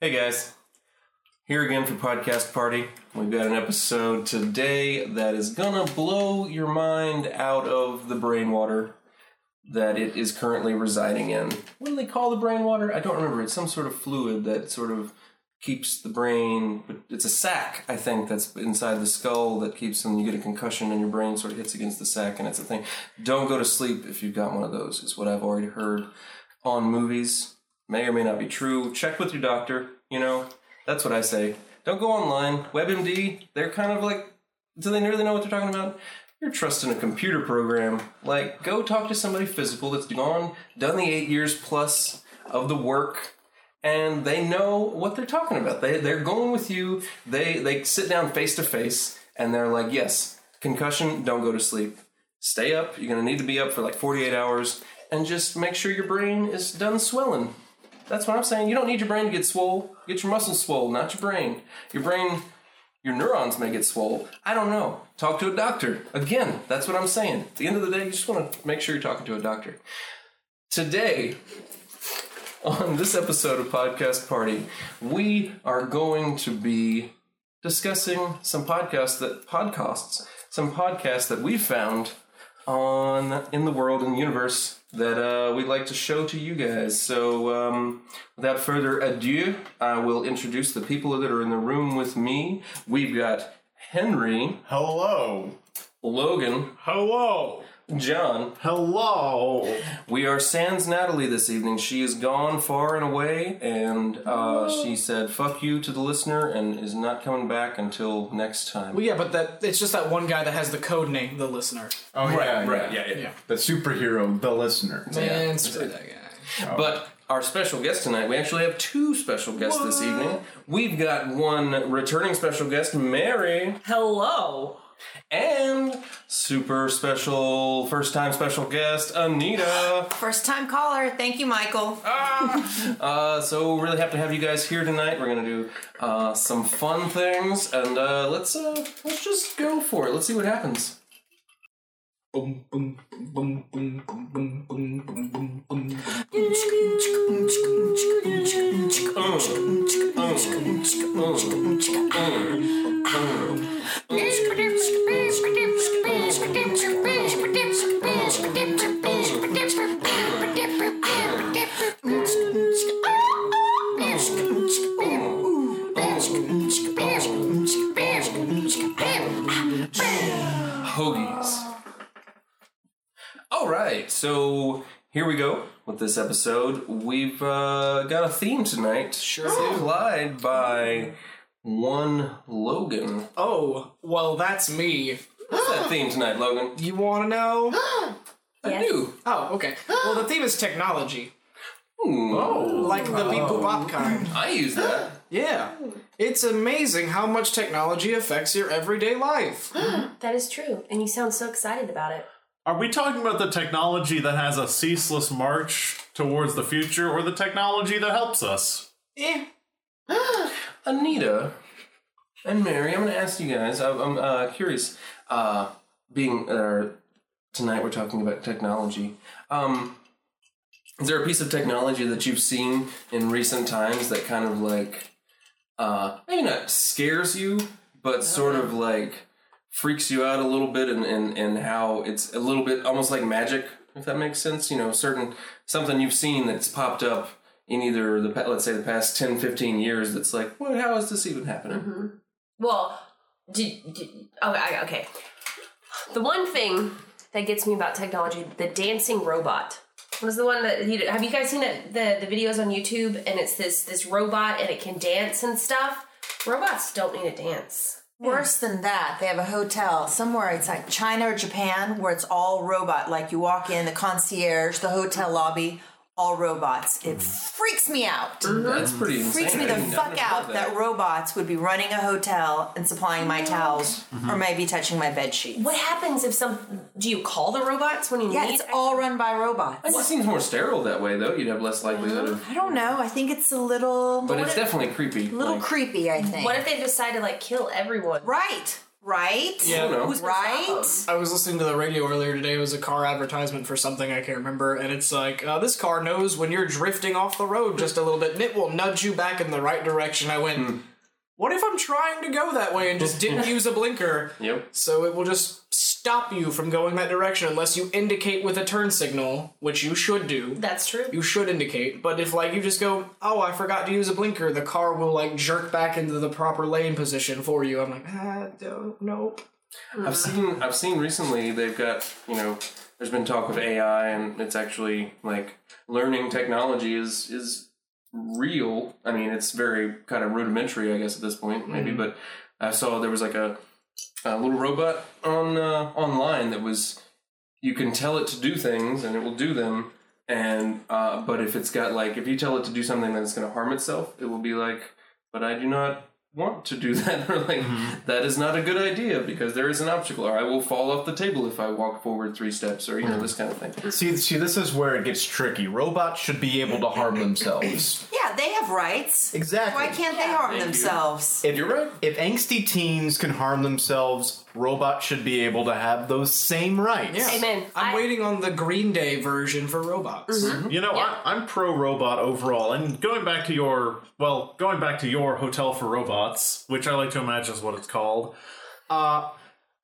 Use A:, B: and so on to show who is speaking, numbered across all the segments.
A: Hey guys, here again for Podcast Party. We've got an episode today that is gonna blow your mind out of the brainwater that it is currently residing in. What do they call the brainwater? I don't remember. It's some sort of fluid that sort of keeps the brain. It's a sac, I think, that's inside the skull that keeps them. You get a concussion and your brain sort of hits against the sac, and it's a thing. Don't go to sleep if you've got one of those. Is what I've already heard on movies may or may not be true. Check with your doctor. You know, that's what I say. Don't go online. WebMD, they're kind of like, do they really know what they're talking about? You're trusting a computer program. Like, go talk to somebody physical that's gone, done the eight years plus of the work, and they know what they're talking about. They they're going with you. They they sit down face to face, and they're like, yes, concussion. Don't go to sleep stay up. You're going to need to be up for like 48 hours and just make sure your brain is done swelling. That's what I'm saying. You don't need your brain to get swole. Get your muscles swole, not your brain. Your brain, your neurons may get swole. I don't know. Talk to a doctor. Again, that's what I'm saying. At the end of the day, you just want to make sure you're talking to a doctor. Today, on this episode of Podcast Party, we are going to be discussing some podcasts that podcasts, some podcasts that we found on in the world and universe that uh, we'd like to show to you guys. So, um, without further ado, I will introduce the people that are in the room with me. We've got Henry,
B: Hello.
A: Logan,
B: Hello.
A: John.
B: Hello.
A: We are sans Natalie this evening. She is gone far and away, and uh, she said "fuck you" to the listener and is not coming back until next time.
C: Well, yeah, but that it's just that one guy that has the code name, the listener.
B: Oh, right, yeah,
A: right,
B: yeah, yeah,
C: yeah.
B: The superhero, the listener.
C: Man, screw that guy.
A: But our special guest tonight, we actually have two special guests this evening. We've got one returning special guest, Mary,
D: Hello.
A: and super special first time special guest, Anita.
D: First time caller. Thank you, Michael.
E: Ah.
A: Uh, so, really happy to have you guys here tonight. We're going to do uh, some fun things, and uh, let's, uh, let's just go for it. Let's see what happens.
B: Boom, boom, boom, boom, boom, boom, boom, boom, boom, boom, boom.
A: Hoagies. All right, so here we go with this episode. We've uh, got a theme tonight. Sure. Supplied by one Logan.
C: Oh, well, that's me.
A: What's that theme tonight, Logan?
C: You want to know?
A: I do.
C: Oh, okay. Well, the theme is technology, Oh.
A: Hmm,
C: like the beep boop bop kind.
A: I use that.
C: Yeah, it's amazing how much technology affects your everyday life.
E: That is true, and you sound so excited about it.
F: Are we talking about the technology that has a ceaseless march towards the future or the technology that helps us?
C: Eh,
A: Anita and Mary, I'm going to ask you guys. I'm, I'm uh, curious. Uh, being uh, tonight, we're talking about technology. Um, is there a piece of technology that you've seen in recent times that kind of like uh, maybe not scares you, but sort of like freaks you out a little bit, and and and how it's a little bit almost like magic, if that makes sense. You know, certain something you've seen that's popped up in either the pa- let's say the past 10 15 years that's like what how is this even happening
E: Mm-hmm. Well, did, did, okay, I- okay. The one thing that gets me about technology, the dancing robot, was the one that you have you guys seen it, the the videos on YouTube, and it's this this robot and it can dance and stuff. Robots don't need to dance.
D: Worse than that, they have a hotel somewhere. It's like China or Japan, where it's all robot. Like you walk in the concierge, the hotel lobby, all robots. It freaks me out.
A: that's pretty insane
D: Freaks me the
A: I mean, I've
D: fuck
A: never heard
D: out
A: of
D: that robots would be running a hotel and supplying my towels
A: Mm-hmm.
D: or maybe touching my bed sheet.
E: What happens if some? Do you call the robots when you
D: Yeah,
E: need?
D: it's all run by robots.
A: it just seems more sterile that way though you'd have less likelihood of
D: I don't know. I think it's a little,
A: but it's definitely creepy
D: little
A: like,
D: creepy. I think.
E: What if they decide to like kill everyone?
D: right. right?
A: I don't know.
E: Who's
D: Right?
E: Gustavo?
C: I was listening to the radio earlier today. It was a car advertisement for something I can't remember, and it's like uh, this car knows when you're drifting off the road just a little bit, and it will nudge you back in the right direction. I went, what if I'm trying to go that way and just didn't use a blinker?
A: Yep.
C: So it will just stop you from going that direction unless you indicate with a turn signal, which you should do.
E: That's true.
C: You should indicate, but if like you just go, oh, I forgot to use a blinker, the car will like jerk back into the proper lane position for you. I'm like, ah, don't, nope.
A: I've seen I've seen recently they've got you know there's been talk of AI and it's actually like learning technology is is real. I mean it's very kind of rudimentary I guess at this point maybe but I saw there was like a, a little robot on uh, online that was you can tell it to do things and it will do them and uh, but if it's got like if you tell it to do something that's going to harm itself it will be like but I do not want to do that or like "That is not a good idea because there is an obstacle or I will fall off the table if I walk forward three steps or you
G: Mm-hmm.
A: know this kind of thing.
G: See, see, this is where it gets tricky. Robots should be able to harm themselves.
D: Yeah, they have rights.
G: Exactly.
D: Why can't they harm themselves?
G: If,
A: You're right.
G: If angsty teens can harm themselves, robots should be able to have those same rights.
C: Yeah.
E: Amen.
C: I'm
E: I-
C: waiting on the Green Day version for robots.
E: Mm-hmm.
F: You know, I, I'm pro robot overall. And going back to your, well, going back to your Hotel for Robots, which I like to imagine is what it's called. Uh,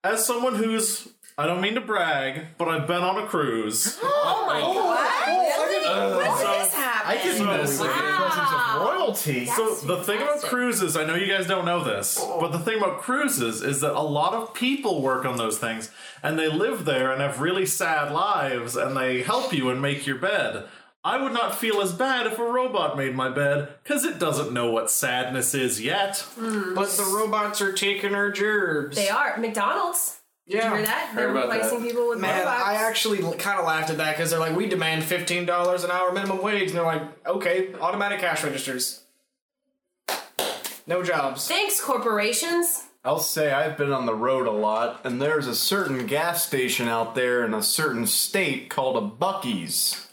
F: as someone who's, I don't mean to brag, but I've been on a cruise.
E: Oh my god.
D: Really? when did
F: so-
D: this happen?
G: I didn't know we were in the presence
E: Ah,
G: of royalty.
F: So the thing about cruises, I know you guys don't know this, but the thing about cruises is that a lot of people work on those things and they live there and have really sad lives and they help you and make your bed. I would not feel as bad if a robot made my bed because it doesn't know what sadness is yet.
C: But the robots are taking our germs.
E: They are. McDonald's. Did you hear that? They're
A: Heard about
E: replacing
A: that.
E: people with
C: Man,
E: robots.
C: I actually kind of laughed at that because they're like, we demand fifteen dollars an hour minimum wage, and they're like, okay, automatic cash registers. No jobs.
E: Thanks, corporations.
G: I'll say I've been on the road a lot, and there's a certain gas station out there in a certain state called a Bucky's.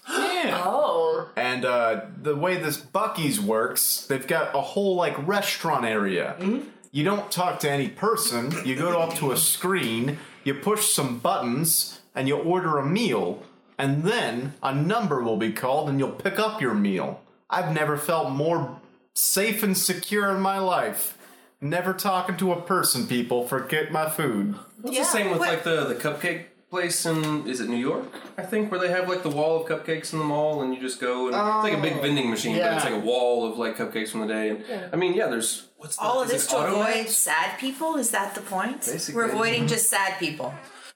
E: Oh.
G: And uh, the way this Bucky's works, they've got a whole like restaurant area.
A: Mm-hmm.
G: You don't talk to any person. You go up to a screen, you push some buttons, and you order a meal. And then a number will be called, and you'll pick up your meal. I've never felt more safe and secure in my life. Never talking to a person, people. Forget my food.
A: It's the same with like the the cupcake place in is it New York? I think where they have like the wall of cupcakes in the mall and you just go and it's like a
D: Oh,
A: big vending machine, but it's
C: yeah.
A: like a wall of like cupcakes from the day. And I mean, yeah, there's what's the-
D: All of
A: is it
D: this to
A: Automax?
D: avoid sad people? Is that the point?
A: Basically.
D: We're avoiding just sad people.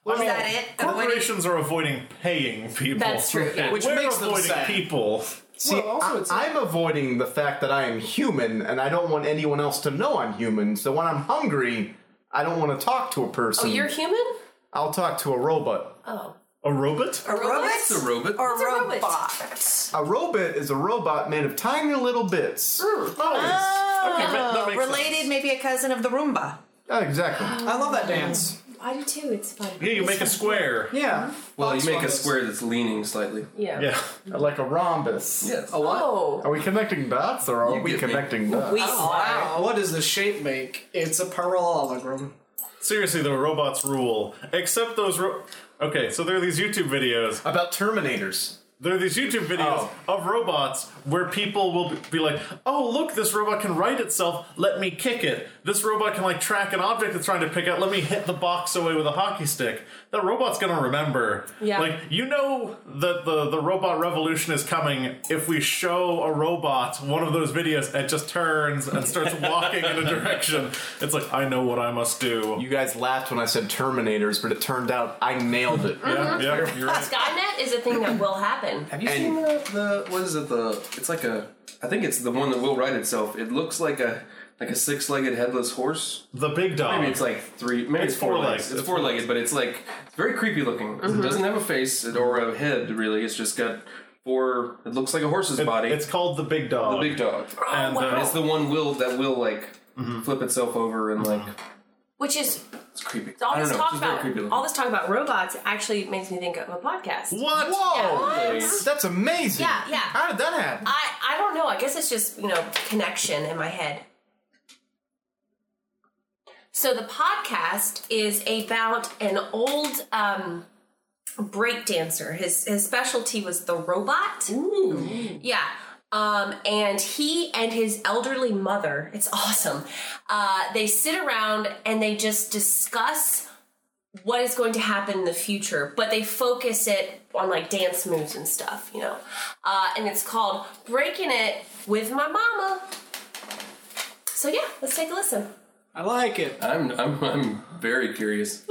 F: I mean,
D: that it?
F: Corporations are avoiding paying people.
E: That's true, yeah.
F: Which
C: Which
F: We're
C: makes them
F: avoiding
C: sad.
F: people.
G: See, I, I'm avoiding the fact that I am human, and I don't want anyone else to know I'm human. So when I'm hungry, I don't want to talk to a person.
E: Oh, you're human?
G: I'll talk to a robot.
E: Oh.
F: A robot?
D: A robot?
A: It's a robot.
D: Or
E: It's a robot.
G: Oh.
D: robot?
G: A robot is a robot made of tiny little bits.
F: Okay, ma- that makes
D: Ah, Related, maybe a cousin of the Roomba.
G: Yeah, exactly.
C: I love that dance.
E: I do too. It's fun.
F: Yeah, you make a square.
C: Yeah.
A: well, you
C: Box
A: make a
C: office.
A: square that's leaning slightly.
E: Yeah.
F: Yeah.
G: Like a rhombus.
A: Yes.
C: A lot.
E: Oh.
G: Are we connecting dots or are
A: You
G: we
A: get me. Oh,
G: connecting dots?
D: We
C: Wow. What does the shape make? It's a parallelogram.
F: Seriously, the robots rule. Except those. Ro- okay, so there are these YouTube videos.
G: About Terminators.
F: There are these YouTube videos
G: Oh.
F: of robots where people will be like, "Oh, look, this robot can right itself. Let me kick it. This robot can like track an object it's trying to pick out. Let me hit the box away with a hockey stick." That robot's gonna remember.
E: Yeah.
F: Like you know that the the robot revolution is coming if we show a robot one of those videos and it just turns and starts walking in a direction. It's like I know what I must do.
G: You guys laughed when I said Terminators, but it turned out I nailed it.
F: yeah, yeah, you're right.
E: Skynet is a thing that will happen.
A: Have you
G: And-
A: seen the, the what is it the it's like a I think it's the one that will ride itself. It looks like a like a six legged headless horse.
F: The big dog.
A: Maybe it's like three maybe it's, four, legs. It's, four legged, but it's like it's very creepy looking. It doesn't have a face or a head really, it's just got four it looks like a horse's body.
F: It's called the big dog.
A: the big dog.
F: And uh, Mm-hmm.
A: It's the one will that will like flip itself over and like
E: Which is
A: it's creepy.
E: all
A: I
E: this
A: don't know,
E: talk
A: it's just very creepy
E: about
A: looking.
E: all this talk about robots actually makes me think of a podcast.
F: what?
G: Whoa!
E: Yeah.
G: That's amazing!
E: Yeah, yeah.
G: How did that happen?
E: I I don't know. I guess it's just you know connection in my head. So the podcast is about an old um, break dancer. His his specialty was the robot. Yeah. Um, and he and his elderly mother, it's awesome. Uh, they sit around and they just discuss what is going to happen in the future, but they focus it on like dance moves and stuff, you know. Uh, and it's called Breaking It with My Mama. So, yeah, let's take a listen.
C: I like it.
A: I'm I'm I'm very curious.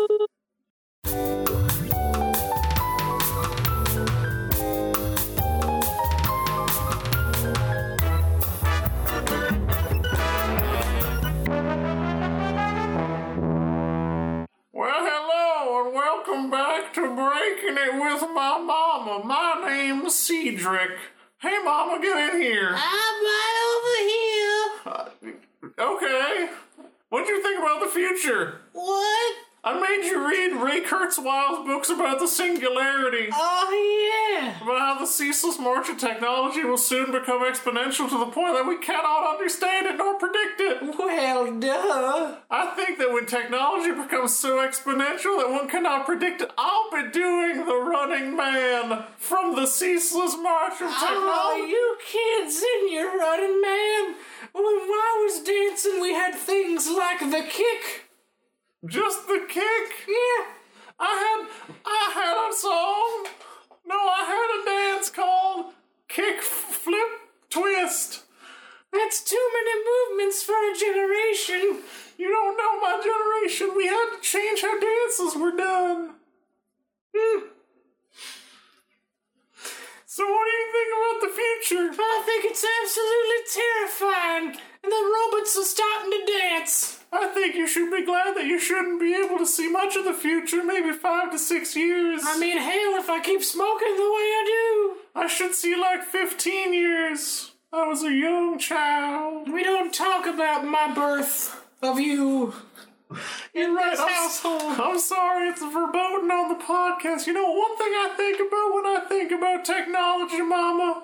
H: Well, hello, and welcome back to Breaking It with My Mama. My name's Cedric. Hey, Mama, get in here.
E: I'm right over here.
H: Uh, Okay. What'd you think about the future?
E: What?
H: I made you read Ray Kurzweil's books about the singularity,
C: Oh yeah.
H: about how the ceaseless march of technology will soon become exponential to the point that we cannot understand it nor predict it.
C: Well, duh.
H: I think that when technology becomes so exponential that one cannot predict it, I'll be doing the running man from the ceaseless march
C: Oh,
H: of technology.
C: you kids in your running man. When I was dancing, we had things like the kick.
H: Just the kick.
C: Yeah.
H: I had I had a song. No, I had a dance called Kick Flip Twist.
C: That's too many movements for a generation.
H: You don't know my generation. We had to change how dances were done. Hmm. So what do you think about the future?
C: I think it's absolutely terrifying. And the robots are starting to dance.
H: I think you should be glad that you shouldn't be able to see much of the future, maybe five to six years.
C: I mean, hell, if I keep smoking the way I
H: I should see like 15 years. I was a young child.
C: do, we don't talk about my birth of you in this
H: I'm-
C: household.
H: I'm sorry, it's verboten on the podcast. You know, one thing I think about when I think about technology, Mama,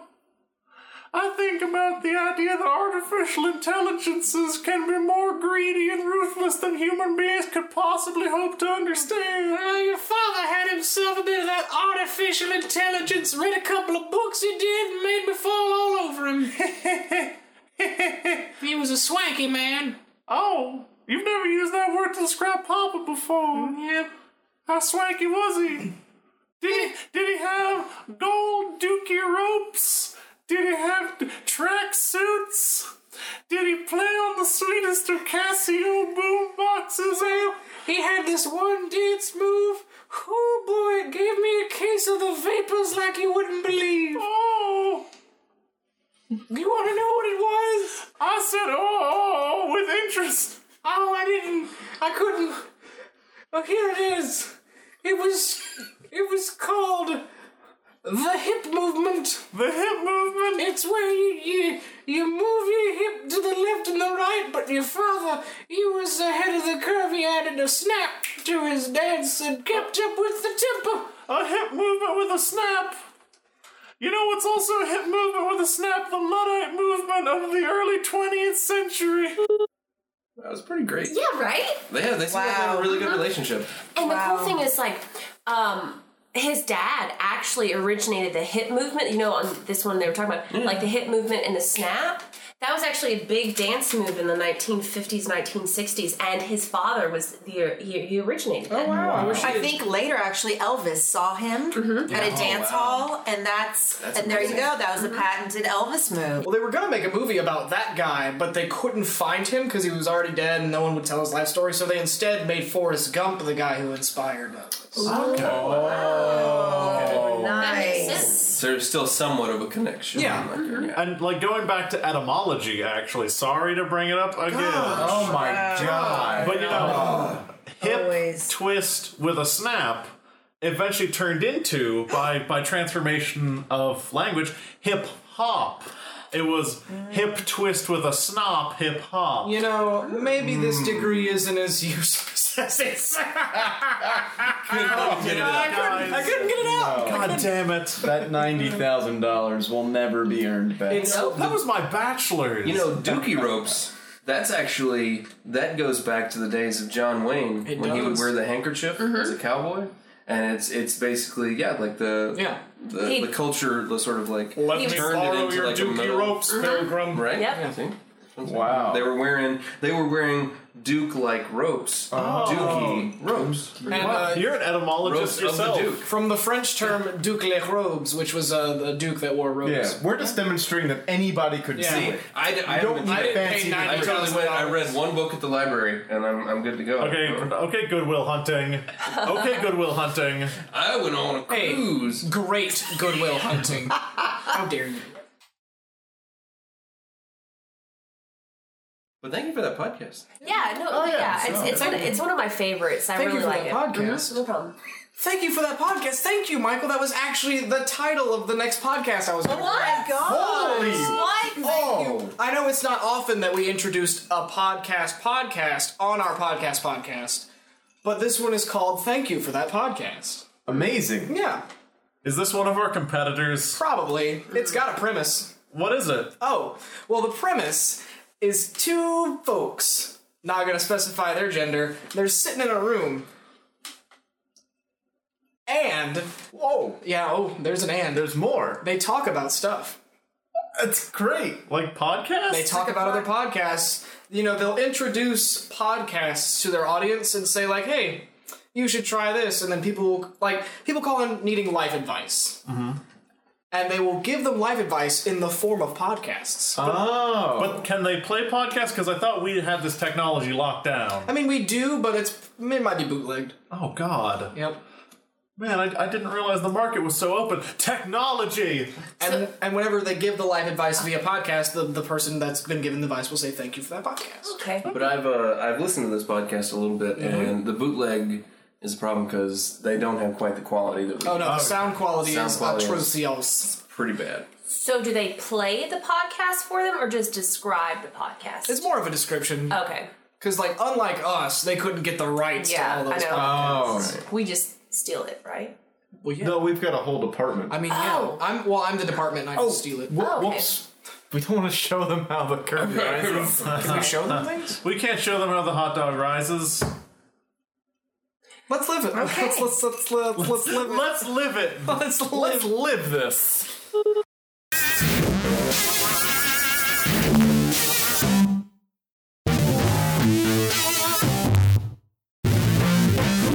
H: I think about the idea that artificial intelligences can be more greedy and ruthless than human beings could possibly hope to understand.
C: Well, Uh, your father had himself a bit of that artificial intelligence, read a couple of books he did, and made me fall all over him. he was a swanky man.
H: oh, you've never used that word to describe Papa before.
C: Yep.
H: How swanky was he? Did he, did he have gold dookie ropes? Did he have track suits? Did he play on the sweetest of Casio boom boxes? Eh?
C: He had this one dance move. Oh boy, it gave me a case of the vapors like you wouldn't believe.
H: Oh,
C: You want to know what it was?
H: I said oh with interest.
C: Oh, I didn't. I couldn't. Well, here it is. It was. It was called the hip movement.
H: The hip movement.
C: It's where you you, you move your hip to the left and the right, but your father, he was ahead of the curve. He added a snap to his dance and kept up with the tempo.
H: A hip movement with a snap. You know what's also a hip movement with a snap? The Luddite movement of the early 20th century.
A: That was pretty great.
E: Yeah, right?
A: Yeah, they seem like they have a really good relationship.
E: And the cool thing is, like, um, his dad actually originated the hip movement. You know, on this one they were talking about, like the hip movement and the snap. That was actually a big dance move in the 1950s, 1960s, and his father was the he, he originated. it.
D: I think later, actually, Elvis saw him at a dance hall, and that's, and there you go. That was
A: Mm-hmm.
D: a patented Elvis move.
C: Well, they were gonna make a movie about that guy, but they couldn't find him because he was already dead and no one would tell his life story. So they instead made Forrest Gump the guy who inspired Elvis.
G: Oh.
E: That makes
D: Nice.
E: sense.
A: So there's still somewhat of a connection.
C: Yeah.
A: Like, yeah.
H: Mm-hmm. And like going back to etymology, actually, sorry to bring it up again,
G: Oh my god.
H: but you know,
C: Ah.
H: hip
D: Always.
H: twist with a snap eventually turned into by by transformation of language hip hop. It was hip twist with a snop hip hop.
C: Mm. You know, maybe
A: Mm.
C: this degree isn't as useless as it sounds.
A: Get it
C: I
A: out.
C: couldn't, I couldn't get it out.
H: God damn it!
G: That $90,000 will never be earned back.
C: It's-
H: That was my bachelor's.
A: You know, dookie ropes. That's actually that goes back to the days of John Wayne
C: It
A: when he would
C: does.
A: wear the handkerchief
E: Mm-hmm.
A: as a cowboy, and it's it's basically yeah like the
C: Yeah.
A: the,
E: He-
A: the culture the sort of like
B: Let
E: He
B: me
E: turned
A: it
B: borrow
A: into
B: your
A: like a
B: dookie
A: metal-
B: ropes, pilgrim.
A: right
E: Yep.
A: See?
G: Wow.
A: They were wearing they were wearing Duke like ropes,
G: Oh.
A: Dookie ropes,
C: Oh. And, uh,
F: You're an
A: ropes
F: etymologist
A: of the
F: yourself.
A: Duke.
C: from the French term "duc les robes," which was uh, the duke that wore
G: Yeah,
C: robes.
G: we're just demonstrating that anybody could
C: Yeah.
G: see
A: See,
G: it.
A: I, d- I
G: You don't
A: haven't-
G: need
C: I
G: a
C: didn't pay
G: fancy
C: nine
A: I
G: degree.
A: totally went. I read one book at the library, and I'm I'm good to go.
F: Okay, okay, Goodwill Hunting. Okay, Goodwill Hunting.
A: I went on a
C: Hey.
A: cruise.
C: Great goodwill hunting. How dare you?
A: But thank you for that podcast.
E: Yeah, no, yeah, it's, it's, one, it's one of my favorites. I
C: Thank
E: really
C: you for
E: like it.
C: that podcast.
E: Mm-hmm. No problem.
C: Thank you for that podcast. Thank you, Michael. That was actually the title of the next podcast I was. What?
D: my God.
G: Holy! Oh!
C: I know it's not often that we introduced a podcast podcast on our podcast podcast, but this one is called "Thank You for That Podcast."
G: Amazing.
C: Yeah,
F: Is this one of our competitors?
C: probably. It's got a premise.
F: What is it?
C: Oh, well, the premise is two folks, not gonna specify their gender, they're sitting in a room. And,
G: Whoa!
C: yeah, oh, there's an and.
G: There's more.
C: they talk about stuff.
G: That's great.
F: Like podcasts?
C: They talk about other podcasts. You know, they'll introduce podcasts to their audience and say, like, hey, you should try this. And then people, like, people call in needing life advice. Mm-hmm. And they will give them life advice in the form of podcasts.
F: Ah.
G: Oh.
F: But can they play podcasts? Because I thought we had this technology locked down.
C: I mean, we do, but it's it might be bootlegged.
F: Oh God,
C: Yep.
F: man! I, I didn't realize the market was so open. Technology.
C: And, and whenever they give the live advice via podcast, the, the person that's been given the advice will say thank you for that podcast.
E: Okay.
A: But I've uh, I've listened to this podcast a little bit, and the bootleg is a problem because they don't have quite the quality that we
C: Oh no, the sound quality
A: Sound
C: is
A: quality is-
C: atrocious.
A: Pretty bad.
E: So do they play the podcast for them or just describe the podcast?
C: It's more of a description
E: okay.
C: because, like, unlike us, they couldn't get the rights
E: Yeah,
C: to all those.
E: I know.
C: podcasts.
G: oh.
E: We just steal it, right?
C: Well, yeah.
G: No, we've got a whole department.
C: I mean, yeah.
E: Oh.
C: I'm well. I'm the department. and I can steal it.
G: Whoop-
E: Oh, okay.
G: Whoops. We don't want to show them how the curve rises.
C: Can we show them things?
F: We can't show them how the hot dog rises.
C: Let's live it. Let's, let's, let's, let's, let's live it.
F: Let's live
C: Let's
F: it.
C: live.
G: live this.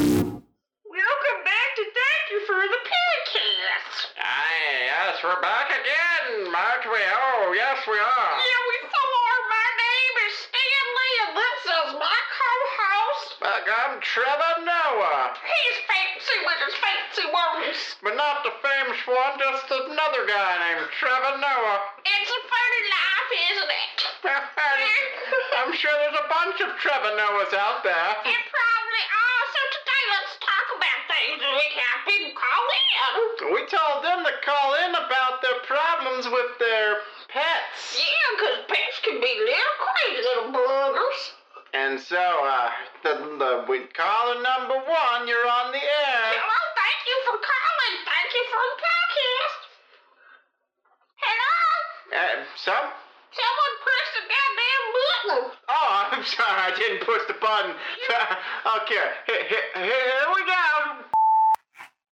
I: Welcome back to Thank You for the Podcast.
A: Ah.
J: Aye, yes, we're back again, aren't we? Oh, yes, we are.
I: Yeah, we still are. My name is Stanley, and this is my co-host.
J: Back, I'm Trevor Noah,
I: He's fancy with his fancy words.
J: but not the famous one, just another guy named Trevor Noah.
I: It's a funny life, isn't it?
J: I'm sure there's a bunch of Trevor Noahs out there.
I: And probably also Oh, today, let's talk about things that we have people call in.
J: We told them to call in about their problems with their pets.
I: Yeah, 'cause pets can be little crazy little buggers.
J: And so, uh, the, the, we caller number one, you're on the air.
I: Well, thank you for calling. Thank you for the podcast. Hello?
J: Uh, so,
I: Someone pushed the goddamn button.
J: Oh, I'm sorry, I didn't push the button. okay, here, here, here we go.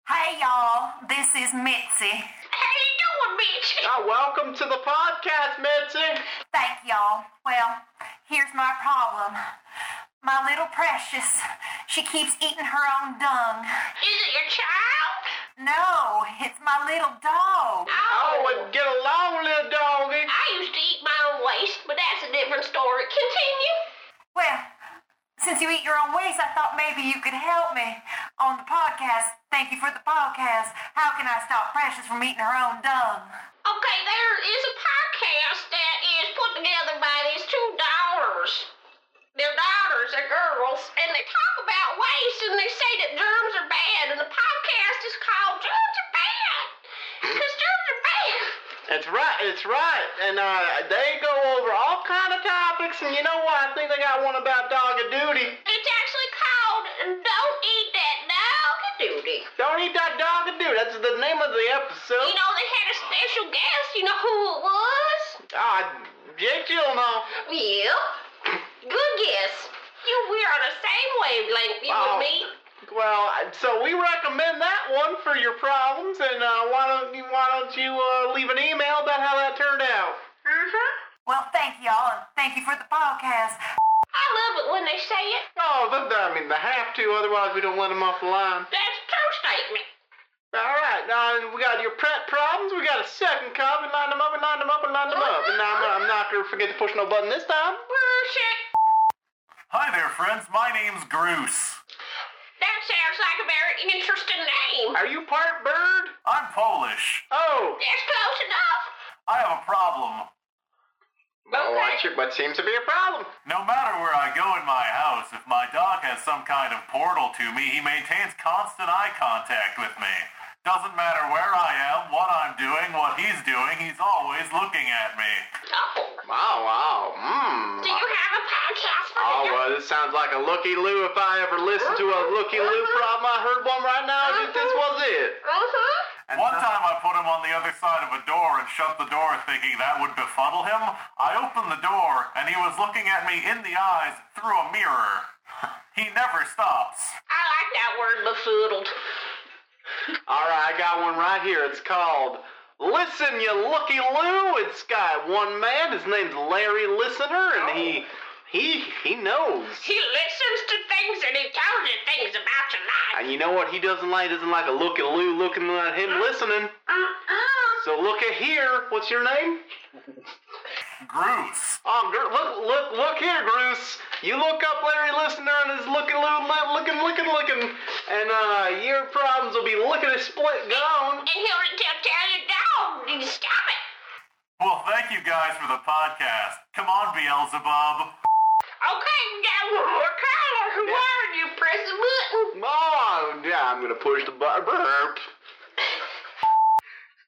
K: Hey y'all, this is Mitzi.
I: How you doing, bitch?
J: Uh, welcome to the podcast, Mitzi.
K: Thank y'all. Well, here's my problem. My little precious, she keeps eating her own dung.
I: Is it your child?
K: No, it's my little dog.
J: Oh, and get along, little doggy.
I: I used to eat my own waste, but that's a different story. Continue.
K: Well, since you eat your own waste, I thought maybe you could help me on the podcast. Thank you for the podcast. How can I stop Precious from eating her own dung?
I: Okay, there is a podcast that is put together by these two daughters. They're daughters, they're girls, and they talk about waste and they say that germs are bad, and the podcast is called Germs Are Bad. Because germs are bad.
J: It's right, it's right. And uh, they go over all kind of topics, and you know what? I think they got one about dog of duty.
I: It's actually called Don't Eat That Dog Duty.
J: Don't eat that dog of duty. That's the name of the episode.
I: You know, they had a special guest. You know who it was?
J: Ah, Jake Gyllenhaal.
I: Yeah. Good guess. You, we're on the same wavelength, you
J: Wow.
I: and me.
J: Well, I- so we recommend that one for your problems, and uh, why don't you why don't you uh, leave an email about how that turned out?
I: Uh-huh.
K: Well, thank y'all, and thank you for the podcast.
I: I love it when they say it.
J: Oh, but, I mean, they have to, otherwise we don't let them off the line.
I: That's a true statement.
J: All right, now we got your prep problems. We got a second cup, and line them up, and line them up, and line them up. And now I'm, I'm not gonna forget to push no button this time.
I: Bullshit.
H: Hi there, friends. My name's Groose.
I: That sounds like a very interesting name.
J: Are you part bird?
H: I'm Polish.
J: Oh.
I: That's close enough.
H: I have a problem.
J: Well,
I: Okay.
J: what, you- what seems to be a problem?
H: No matter where I go in my house, if my dog has some kind of portal to me, he maintains constant eye contact with me. Doesn't matter where I am, what I'm doing, what he's doing, he's always looking at me.
I: Oh.
J: Wow, wow, mmm.
I: Do you have a podcast for
J: Oh,
I: me?
J: well, this sounds like a looky loo if I ever listened to a looky loo problem. I heard one right now, and this was it.
I: Uh-huh.
H: One time I put him on the other side of a door and shut the door thinking that would befuddle him. I opened the door and he was looking at me in the eyes through a mirror. he never stops.
I: I like that word, befuddled.
J: All right, I got one right here. It's called Listen, You Looky Lou. It's got one man. His name's Larry Listener, and he he he knows.
I: He listens to things and he tells you things about your life.
J: And you know what he doesn't like? He doesn't like a looky Lou looking at him listening.
I: Uh-uh.
J: So look at here. What's your name?
H: Groose.
J: Oh, gr- look look look here, Groose. You look up Larry Listener and his looky Lou li- looking looking looking, and uh, your problems will be looking a split gone.
I: And he'll, he'll tell you, no, you stop it.
H: Well, thank you guys for the podcast. Come on, Beelzebub.
I: Okay, we got one more caller. Who are you? Press the button.
J: Oh, yeah, I'm gonna push the button. Burp.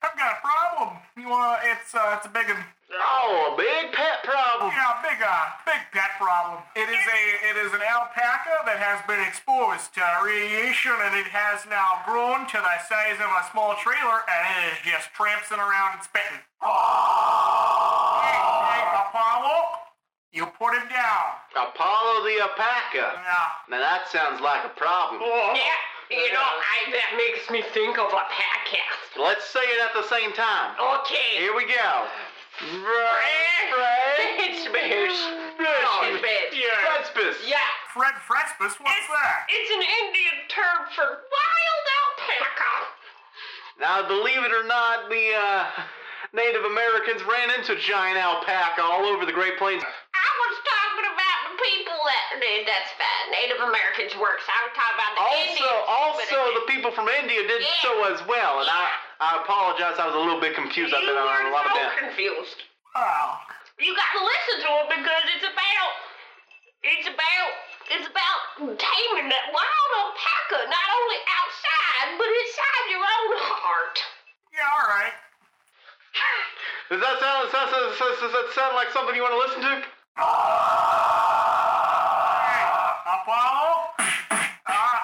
H: I've got a problem. You wanna? It's uh, it's a big, yeah,
J: Oh, a big pet problem.
H: big, uh, big pet problem. It is a, it is an alpaca that has been exposed to radiation, Oh, and it has now grown to the size of a small trailer, and it is just tramping around and spitting. hey, hey, Apollo, you put him down.
J: Apollo the Alpaca.
H: Yeah. Oh.
J: Now that sounds like a problem.
I: Yeah, you know, I, that makes me think of a podcast.
J: Let's say it at the same time.
I: Okay.
J: Here we go.
I: Fred Fredbears.
J: Fredspis.
I: Oh, Yeah,
H: Fred Frespus, what's that?
I: it's an Indian term for wild alpaca.
J: Now, believe it or not, the uh, Native Americans ran into giant alpaca all over the Great Plains.
I: I was talking about the people that dude, that's fine. Native Americans works. I was talking about the
J: Also,
I: Indians.
J: also the people from India did
I: Yeah.
J: so as well. And I, I apologize. I was a little bit confused. I've
I: you
J: been on
I: were
J: a lot of
I: so
J: that.
I: confused.
H: Oh.
I: You gotta listen to it because it's about it's about it's about taming that wild alpaca, not only outside, but inside your own heart.
H: Yeah, all right.
J: Does that sound? Does that, does that- does that sound like something you want to listen to?
H: Hey, Apollo? Ah,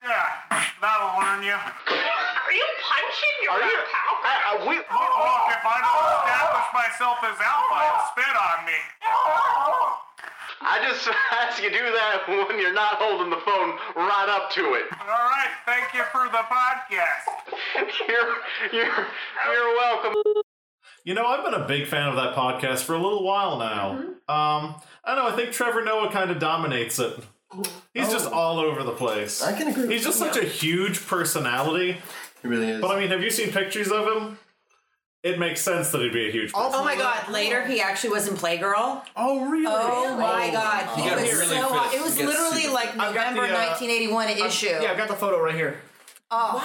H: yeah, that'll learn you.
I: Are you punching your
J: Are you?
I: alpaca?
J: I, I, Uh, we,
H: Look, look, if I don't establish myself as alpha, it'll spit on me.
J: I just ask you do that when you're not holding the phone right up to it.
H: All right, thank you for the podcast.
J: You're you're you're welcome.
F: You know, I've been a big fan of that podcast for a little while now.
A: Mm-hmm.
F: Um, I don't know. I think Trevor Noah kind of dominates it. He's just all over the place.
A: Oh. I can agree with
F: He's just such a huge personality.
A: It really is.
F: But I mean, have you seen pictures of him? It makes sense that he'd be a huge. person.
D: Oh my god, later he actually was in Playgirl.
F: Oh really?
D: Oh my god, he
A: got
D: was
A: really
D: so hot.
A: fit.
D: It was
A: He got
D: literally
A: super
D: like
C: I've got the,
D: November
C: uh,
D: 1981 issue.
C: Yeah, I've got the photo right here.
D: Oh,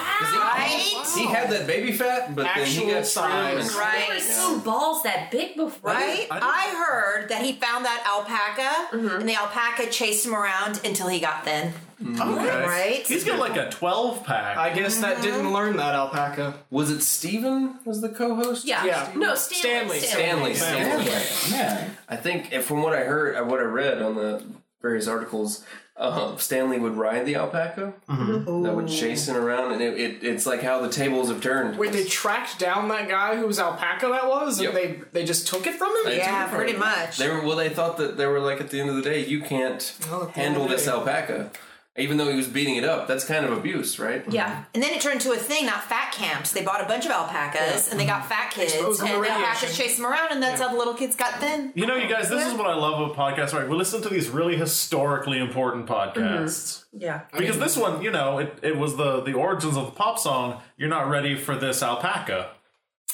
A: He- He had that baby fat, but then he
C: Actual
A: got
C: size.
A: size.
E: I've never
D: Right.
E: seen balls that big before.
D: Right?
F: I
D: I,
F: didn't-
D: heard that he found that alpaca
E: Mm-hmm.
D: and the alpaca chased him around until he got thin.
C: Mm,
F: Okay.
D: Right?
F: He's got like a twelve pack.
C: I guess that didn't learn that alpaca.
A: Was it Steven was the co-host?
E: Yeah.
C: Yeah.
E: No, Stanley.
C: Stanley,
A: Stanley. Stanley. eh,
F: Man.
A: I think, if from what I heard, uh, what I read on the various articles, uh, Stanley would ride the alpaca
C: Mm-hmm.
A: that would chase him around, and it, it, it's like how the tables have turned.
C: Wait, they tracked down that guy whose alpaca that was, and
A: Yep.
C: they they just took it from him.
A: They
D: Yeah,
A: took it from
D: pretty
A: him.
D: much.
A: They were well. They thought that they were like at the end of the day, you can't
D: Oh,
C: Well, at the end
A: handle
C: of the
A: this
C: day.
A: alpaca, even though he was beating it up. That's kind of abuse, right?
E: Yeah.
D: And then it turned into a thing, not fat camps. They bought a bunch of alpacas and they got fat kids,
C: Exposed
D: and
C: to
D: the
C: radiation.
D: alpacas chased them around, and that's how the little kids got thin.
F: You know, you guys, this is what I love about podcasts, right? We listen to these really historically important
C: Mm-hmm.
F: podcasts.
E: Yeah.
F: Because this one, you know, it, it was the, the origins of the pop song, You're Not Ready for This Alpaca.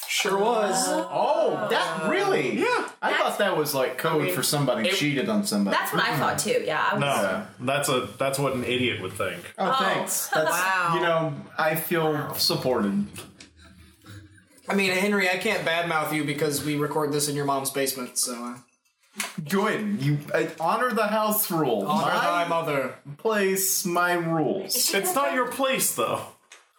C: Sure was.
E: Uh-huh.
G: Oh, that really?
F: Yeah.
G: I thought that was like code for somebody cheated on somebody. Mm-hmm.
E: That's what
C: mm-hmm.
E: I thought too. Yeah. I was,
F: No, that's a that's what an idiot would think.
G: oh, thanks. That's,
D: Wow.
G: You know, I feel supported.
C: I mean, Henry, I can't badmouth you because we record this in your mom's basement. So uh,
G: Good. You I, honor the house rule.
C: honor
G: my
C: thy mother.
G: place, my rules.
F: It's not your place, though.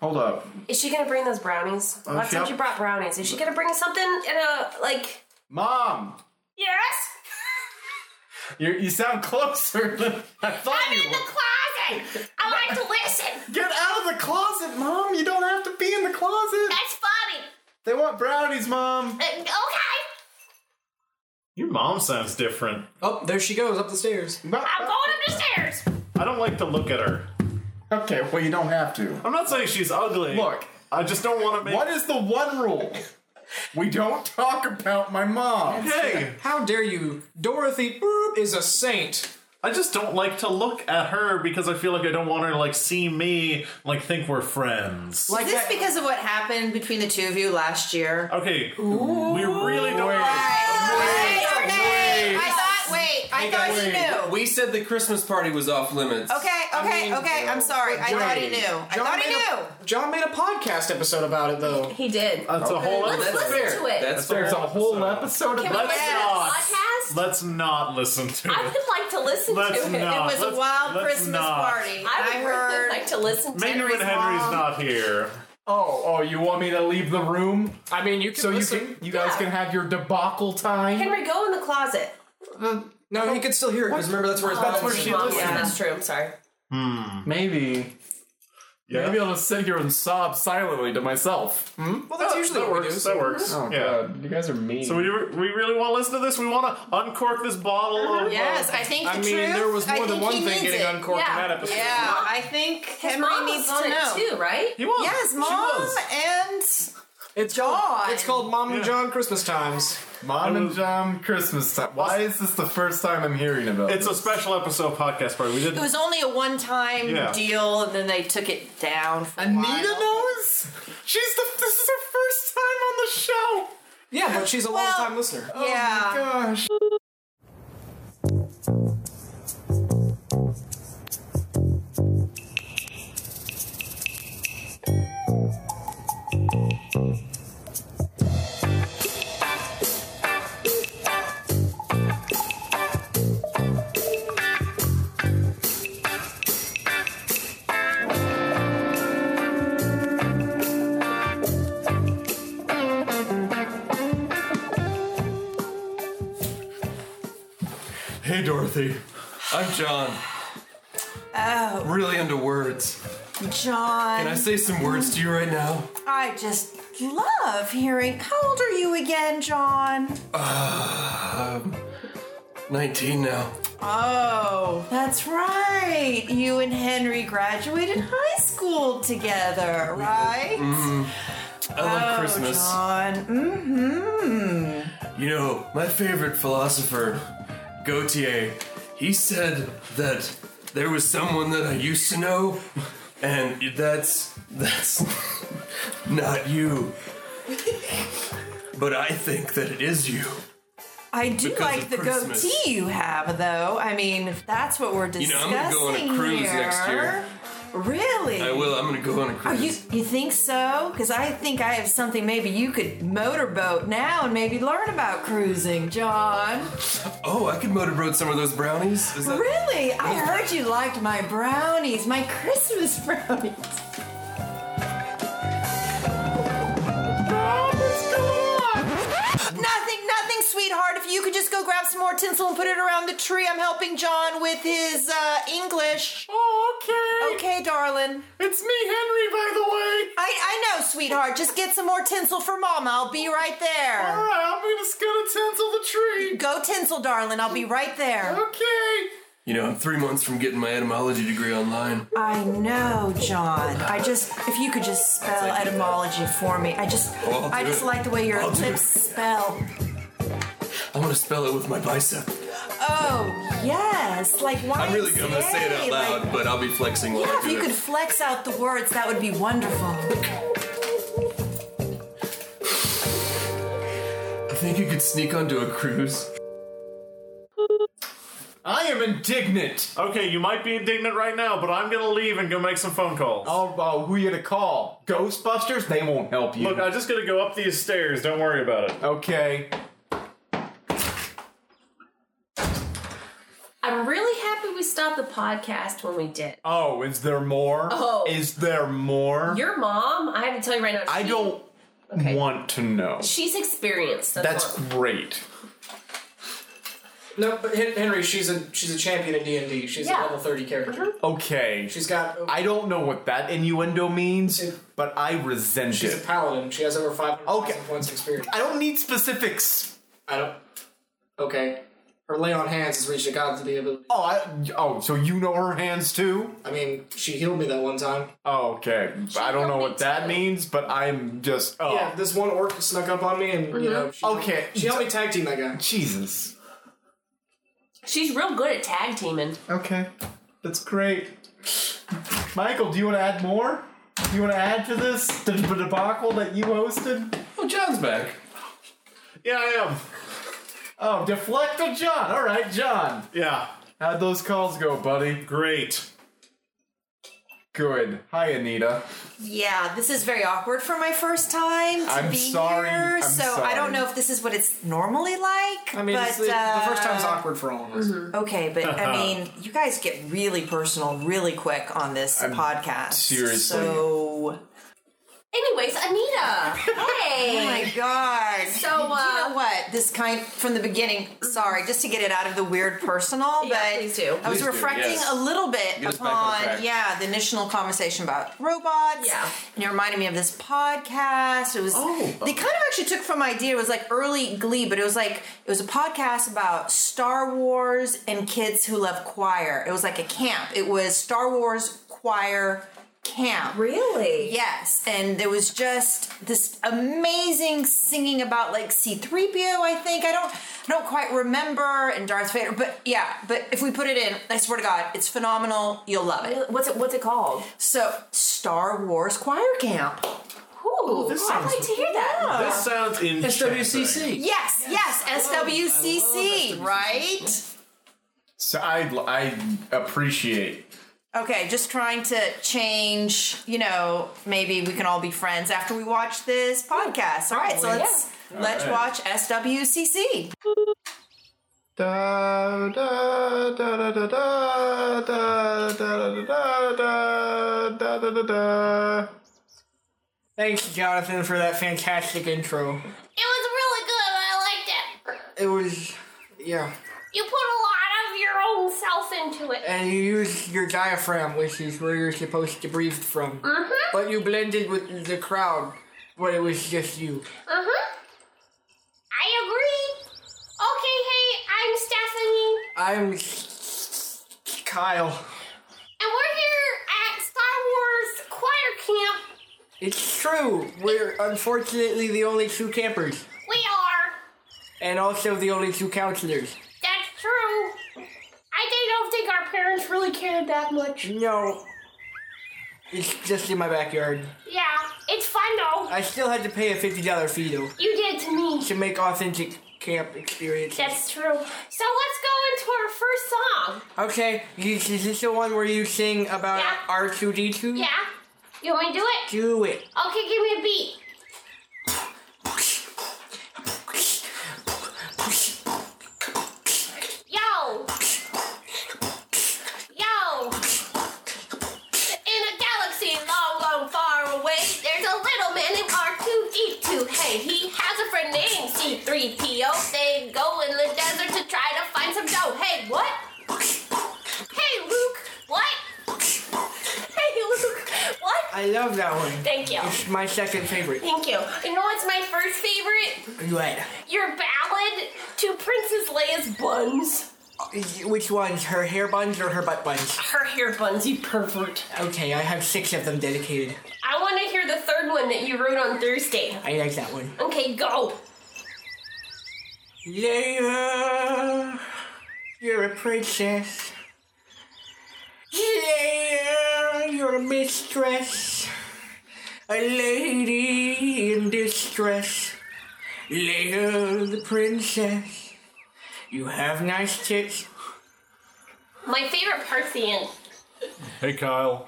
G: Hold up.
E: Is she gonna bring those brownies? Last
G: yeah.
E: time she brought brownies. Is she gonna bring something in a like?
G: Mom,
E: Yes.
G: you you sound closer than I thought
E: I'm
G: you
E: in the
G: were.
E: closet. I like to listen.
G: Get out of the closet, Mom. You don't have to be in the closet.
E: That's funny.
G: They want brownies, Mom.
E: Uh, Okay.
F: Your mom sounds different.
C: Oh, there she goes up the stairs.
E: I'm going up the stairs.
F: I don't like to look at her.
G: Okay, well, you don't have to.
F: I'm not saying she's ugly.
G: Look,
F: I just don't want to make.
G: What is the one rule? We don't talk about my mom.
F: Hey,
C: How dare you? Dorothy boop, is a saint.
F: I just don't like to look at her because I feel like I don't want her to like see me, like think we're friends.
C: Like
D: Is this
C: that-
D: because of what happened between the two of you last year?
F: okay, we really don't.
D: Okay, I thought. Wait, I thought he knew.
A: We said the Christmas party was off limits.
D: Okay, okay, okay. I'm sorry. I thought he knew. I thought he
C: made
D: knew.
C: A, Oh, John made a podcast episode about it though.
E: He did.
F: That's a whole.
E: Let's
F: episode.
E: listen to it.
A: That's
G: There's a whole episode
E: Can
G: of
E: we
F: Let's
E: listen to
F: not.
E: the podcast?
F: Let's not listen to
E: I
F: it.
E: would like to listen
F: Let's
E: to it.
F: not.
D: It was
F: let's-
D: a wild
F: let's
D: Christmas
F: not.
D: party. and
E: I would
D: I
E: really
D: heard.
E: like to listen to
F: Maybe
E: it.
F: when Henry's not here.
G: Oh, oh, you want me to leave the room
C: I mean, you can
G: so you
C: listen.
G: can you guys
E: Yeah.
G: can have your debacle time?
E: Henry, go in the closet.
C: no, he could still hear it because remember that's where his
G: That's
C: mom
G: where
C: was.
G: she
E: Mom,
G: listens.
E: yeah, that's true. I'm sorry.
G: Maybe.
F: Hmm. Yeah.
G: Maybe I'll just sit here and sob silently to myself. Hmm?
C: Well, that's usually
F: that
C: what
F: works.
C: we do.
F: That works.
G: Oh
F: yeah.
G: god, you guys are mean.
F: So we, we really want to listen to this. We want to uncork this bottle. Of,
D: Uh-huh.
F: uh,
D: Yes, I think the
C: I mean,
D: truth.
C: there was
D: I
C: more than
D: think
C: one
D: he
C: thing
D: needs
C: getting
D: it.
C: uncorked in
E: Yeah.
C: that episode.
D: Yeah, I think Henry
E: Mom was
D: needs to
E: on
D: know.
E: it too, right?
F: He was.
D: Yes,
F: She
D: mom
F: was.
D: and
C: It's
D: John.
C: Called, it's called Mom and John Christmas Times.
G: Mom and John Christmas time. Why is this the first time I'm hearing about
F: It's a special episode podcast party. We did.
D: it was only a one-time
F: Yeah.
D: deal, and then they took it down. For a
G: Anita
D: while.
G: knows? She's the this is her first time on the show.
C: Yeah, but she's a
D: Well-
C: long-time listener.
H: Oh,
D: Yeah.
G: Gosh.
F: Hey, Dorothy.
A: I'm John.
D: Oh, Um,
A: Really into words. Can I
D: John,
A: say some words to you right now?
D: I just love hearing. How old are you again, John?
A: Um, 19 now.
D: Oh, that's right. You and Henry graduated high school together, right?
G: Mm-hmm.
A: Mm-hmm. I love
D: Oh,
A: Christmas.
D: John. Mm-hmm.
A: You know, my favorite philosopher, Gautier, he said that there was someone that I used to know, and that's that's not you. But I think that it is you.
D: I do
A: Because
D: like
A: of
D: the
A: Christmas.
D: goatee you have, though. I mean, if that's what we're
A: You
D: discussing
A: know, I'm gonna go on a cruise
D: here.
A: next year.
D: Really?
A: I will. I'm gonna go on a
D: Are
A: cruise.
D: you you think so? Because I think I have something maybe you could motorboat now and maybe learn about cruising, John.
A: oh, I could motorboat some of those brownies. Is that
D: Really? I heard you liked my brownies, my Christmas brownies. Nothing, nothing, hard. If you could just go grab some more tinsel and put it around the tree, I'm helping John with his uh, English.
F: Oh, okay.
D: Okay, darling.
F: It's me, Henry, by the way.
D: I, I know, sweetheart. Just get some more tinsel for Mama. I'll be right
F: All
D: there.
F: right, I'm just gonna tinsel the tree.
D: Go tinsel, darling. I'll be right there.
F: Okay.
A: You know, I'm three months from getting my etymology degree online.
D: I know, John. I just if you could just spell etymology for me. I just
A: Oh, I'll
D: I
A: do
D: just
A: it.
D: like the way your
A: I'll do
D: lips
A: it.
D: spell.
A: I'm gonna spell it with my bicep.
D: Oh yes, like why?
A: I'm really gonna say it out loud, but I'll be flexing while
D: yeah,
A: I
D: if
A: do
D: you
A: it.
D: could flex out the words, that would be wonderful.
A: I think you could sneak onto a cruise.
G: I am indignant.
F: Okay, you might be indignant right now, but I'm gonna leave and go make some phone calls.
G: Oh, uh, who you gonna call? Ghostbusters? They won't help you.
F: Look, I'm just gonna go up these stairs. Don't worry about it.
G: okay.
E: I'm really happy we stopped the podcast when we did.
G: Oh, is there more?
E: Oh.
G: Is there more?
E: Your mom, I have to tell you right now.
G: I
E: she-
G: don't
E: Okay.
G: want to know.
E: She's experienced. That's,
G: That's
E: all.
G: great.
C: No, but Hen- Henry, she's a she's a champion in D and D. She's
E: Yeah.
C: a level thirty character.
G: Mm-hmm. Okay.
C: She's got.
G: I don't know what that innuendo means,
C: It-
G: but I resent
C: she's a
G: it.
C: paladin. She has over five hundred
G: Okay.
C: points of experience.
G: I don't need specifics.
C: I don't. Okay. Her lay on hands has reached a godly ability.
G: Oh, I, oh, so you know her hands too?
C: I mean, she healed me that one time.
G: Oh, okay. I don't know what that means, but I'm just oh
C: Yeah, this one orc snuck up on me, and you
G: Mm-hmm.
C: know. She,
G: Okay.
C: She helped me tag team that guy.
G: Jesus.
E: She's real good at tag teaming.
G: Okay, that's great. Michael, do you want to add more? Do you want to add to this the debacle that you hosted?
A: Oh, John's back.
F: Yeah, I am.
G: Oh, deflect to John. All right, John.
F: Yeah,
G: How'd those calls go, buddy?
F: great.
G: Good. Hi, Anita.
D: Yeah, this is very awkward for my first time to
G: I'm
D: be
G: sorry.
D: here.
G: I'm
D: so
G: sorry.
D: I don't know if this is what it's normally like.
C: I mean,
D: but,
C: it's the,
D: uh, Mm-hmm.
C: the first time's awkward for all of us.
D: Okay, but I mean, you guys get really personal really quick on this podcast.
G: seriously-
D: So,
E: Anyways, Anita.
D: oh
E: Hey.
D: my god.
E: So,
D: you
E: uh,
D: know what? This kind from the beginning. Sorry, just to get it out of the weird personal,
E: Yeah,
D: but
E: please do.
D: I was reflecting
A: yes.
D: a little bit
A: Get us back on track.
D: upon yeah the initial conversation about robots.
E: Yeah. Oh,
D: and it reminded me of this podcast. It was they kind of actually took from idea. It was like early Glee, but it was like it was a podcast about Star Wars and kids who love choir. It was like a camp. It was Star Wars choir camp.
E: really?
D: Yes, and there was just this amazing singing about like C-3PO. I think I don't, I don't quite remember, and Darth Vader. But yeah, but if we put it in, I swear to God, it's phenomenal. You'll love it.
E: What's it? What's it called?
D: So, Star Wars Choir Camp.
E: Ooh, I'd like to hear that.
F: This sounds
C: Ah.
F: enchanting.
B: SWCC.
D: Yes, yes, SWCC, right?
G: So I, I appreciate.
D: Okay, just trying to change. You know, maybe we can all be friends after we watch this podcast. All right, so let's let's watch SWCC.
G: Da da da da da da da da da da da da da da da.
C: Thanks, Jonathan, for that fantastic intro.
I: It was really good. I liked it.
C: It was, yeah.
I: You put a lot of your own self into it.
C: And you used your diaphragm, which is where you're supposed to breathe from.
I: Uh-huh,
C: But you blended with the crowd, but it was just you.
I: Uh huh. I agree. Okay, hey, I'm
C: I'm
I: Stephanie,
C: S- Kyle.
I: and we're here at Star Wars Choir Camp.
C: It's true. We're unfortunately the only two campers,
I: We are.
C: and also the only two counselors.
I: That's true. I they don't think our parents really cared that much.
C: No, it's just in my backyard.
I: Yeah, it's fun though.
C: I still had to pay a fifty dollar fee though
I: You did to me.
C: to make authentic camp experience.
I: That's true. So let's go into our first song.
C: Okay, is is this the one where you sing about
I: Yeah.
C: R two D two?
I: Yeah. You want me to do it?
C: Do it.
I: Okay, give me a beat. Yo! Yo! In a galaxy long, long, far away, there's a little man named R2D2. Hey, he has a friend named C3PO. They go
K: I love that one.
E: Thank you.
K: It's my second favorite.
E: Thank you. You know what's my first favorite?
K: Right.
E: Your ballad to Princess Leia's buns.
K: Uh, Which ones? Her hair buns or her butt buns?
E: Her hair buns, you pervert.
K: Okay, I have six of them dedicated.
E: I want to hear the third one that you wrote on Thursday.
K: I like that one.
E: Okay, go.
K: Leia, you're a princess. Leia, you're a mistress. A lady in distress. Leia, the princess. You have nice tits.
E: My favorite part's the end.
F: Hey Kyle,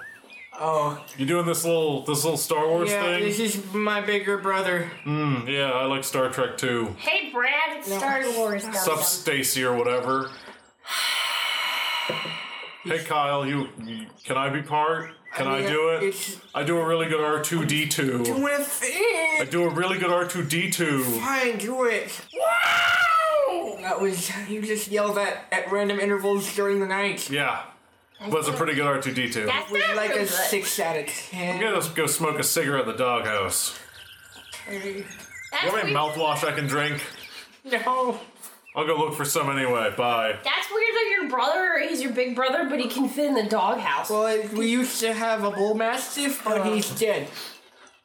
K: Oh,
F: you doing this little this little Star Wars
K: yeah,
F: thing?
K: this is my bigger brother.
F: Hmm, yeah, I like Star Trek too.
E: Hey, Brad, it's Star Wars. dum-dum.
F: Sup, Stacy or whatever. Hey Kyle, you, you can I be part? Can I,
K: mean,
F: do it?
K: it's-
F: I do a really good R two D two.
K: With
F: I
K: it,
F: do a really good R two D two.
K: I do it. Wow! That was you just yell that at random intervals during the night.
F: Yeah, was a pretty good R two D two.
E: That's
K: With
E: not
K: like
E: so
K: a
E: good.
K: six out of ten.
F: I'm gonna go smoke a cigarette at the doghouse. You
E: That's,
F: have any
E: weird.
F: mouthwash I can drink?
K: No.
F: I'll go look for some anyway. Bye.
E: That's weird that your brother is your big brother, but he can fit in the doghouse.
K: Well, we used to have a bull mastiff, but he's dead.
E: Uh.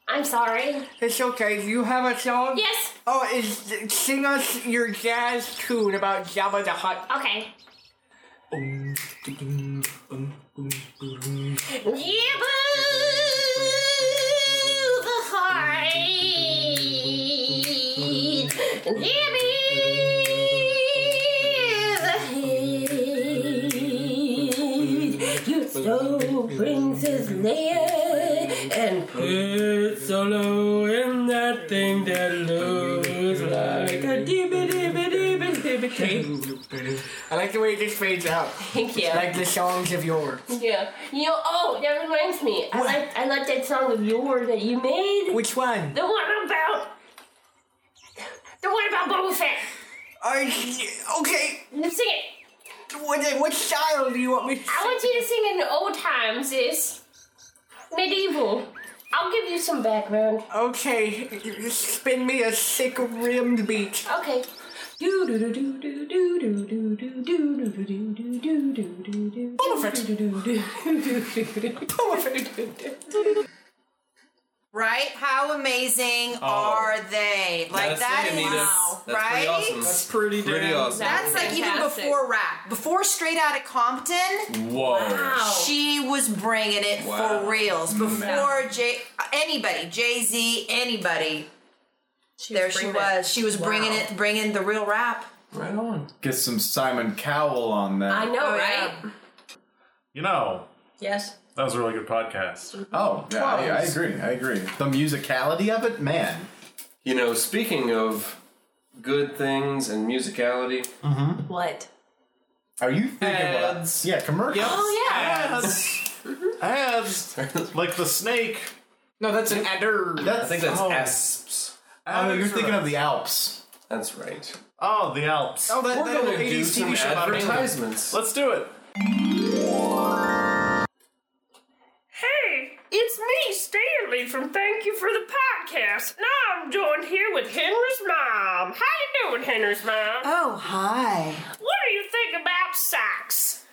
E: I'm sorry.
K: It's okay. Do you have a song?
E: Yes.
K: Oh, is sing us your jazz tune about Jabba the Hutt.
E: Okay.
C: Um,
E: Yeah, boo, the heart. Give me the head. You stole Princess Leia and put Solo in that thing that looks like a dibby dibby dibby dibby tape.
K: I like the way it just fades out.
E: Thank you.
K: Like the songs of yore.
E: Yeah. You know, oh, that reminds me. I like, I like that song of yours that you made.
K: Which one?
E: The one about. The one about Boba Fett.
K: I, okay.
E: You Sing it.
K: What, what style do you want me to
E: I want you to sing it in old times, sis. Medieval. I'll give you some background.
K: Okay, you spin me a sick rimmed beat.
E: Okay. Do do do do do do do do do do do do do do do do do. Boba Fett.
D: Right? How amazing are they? Like
A: Gotta
D: that
A: say,
D: is
A: Anita, That's
D: right?
A: pretty awesome.
K: That's pretty
A: Pretty
K: damn-
A: awesome.
D: That's like even
E: Fantastic.
D: before rap, before Straight Outta Compton,
A: Whoa.
E: Wow.
D: she was bringing it
A: Wow. Mm-hmm.
D: for reals. Before Jay, anybody, Jay Z, anybody, there she was. She was bringing
E: Wow.
D: it, bringing the real rap.
A: Right on.
G: Get some Simon Cowell on that.
E: I know,
D: Oh,
E: right?
D: yeah.
F: You know,
E: Yes.
F: that was a really good podcast.
G: Oh, yeah, I, I agree. I agree. The musicality of it, man.
A: You know, speaking of good things and musicality,
E: What?
G: Mm-hmm. Are you thinking
A: Ads.
G: about yeah commercials?
E: Oh yeah.
F: Ads, ads, like the snake.
K: No, that's an adder.
G: That's,
A: I think that's
G: oh,
A: asps.
G: Oh, you're
F: Ads are
G: thinking of
F: ads.
G: the Alps.
A: That's right.
F: Oh, the Alps.
K: Oh, that,
A: We're
K: that
A: gonna
K: old
A: do
K: 80s
A: some
K: TV show about England.
A: advertisements.
F: Let's do it.
I: Hey, it's me, Stanley from Thank You for the Podcast. Now I'm joined here with Henry's mom. How you doing, Henry's mom?
D: Oh hi!
I: What do you think about socks?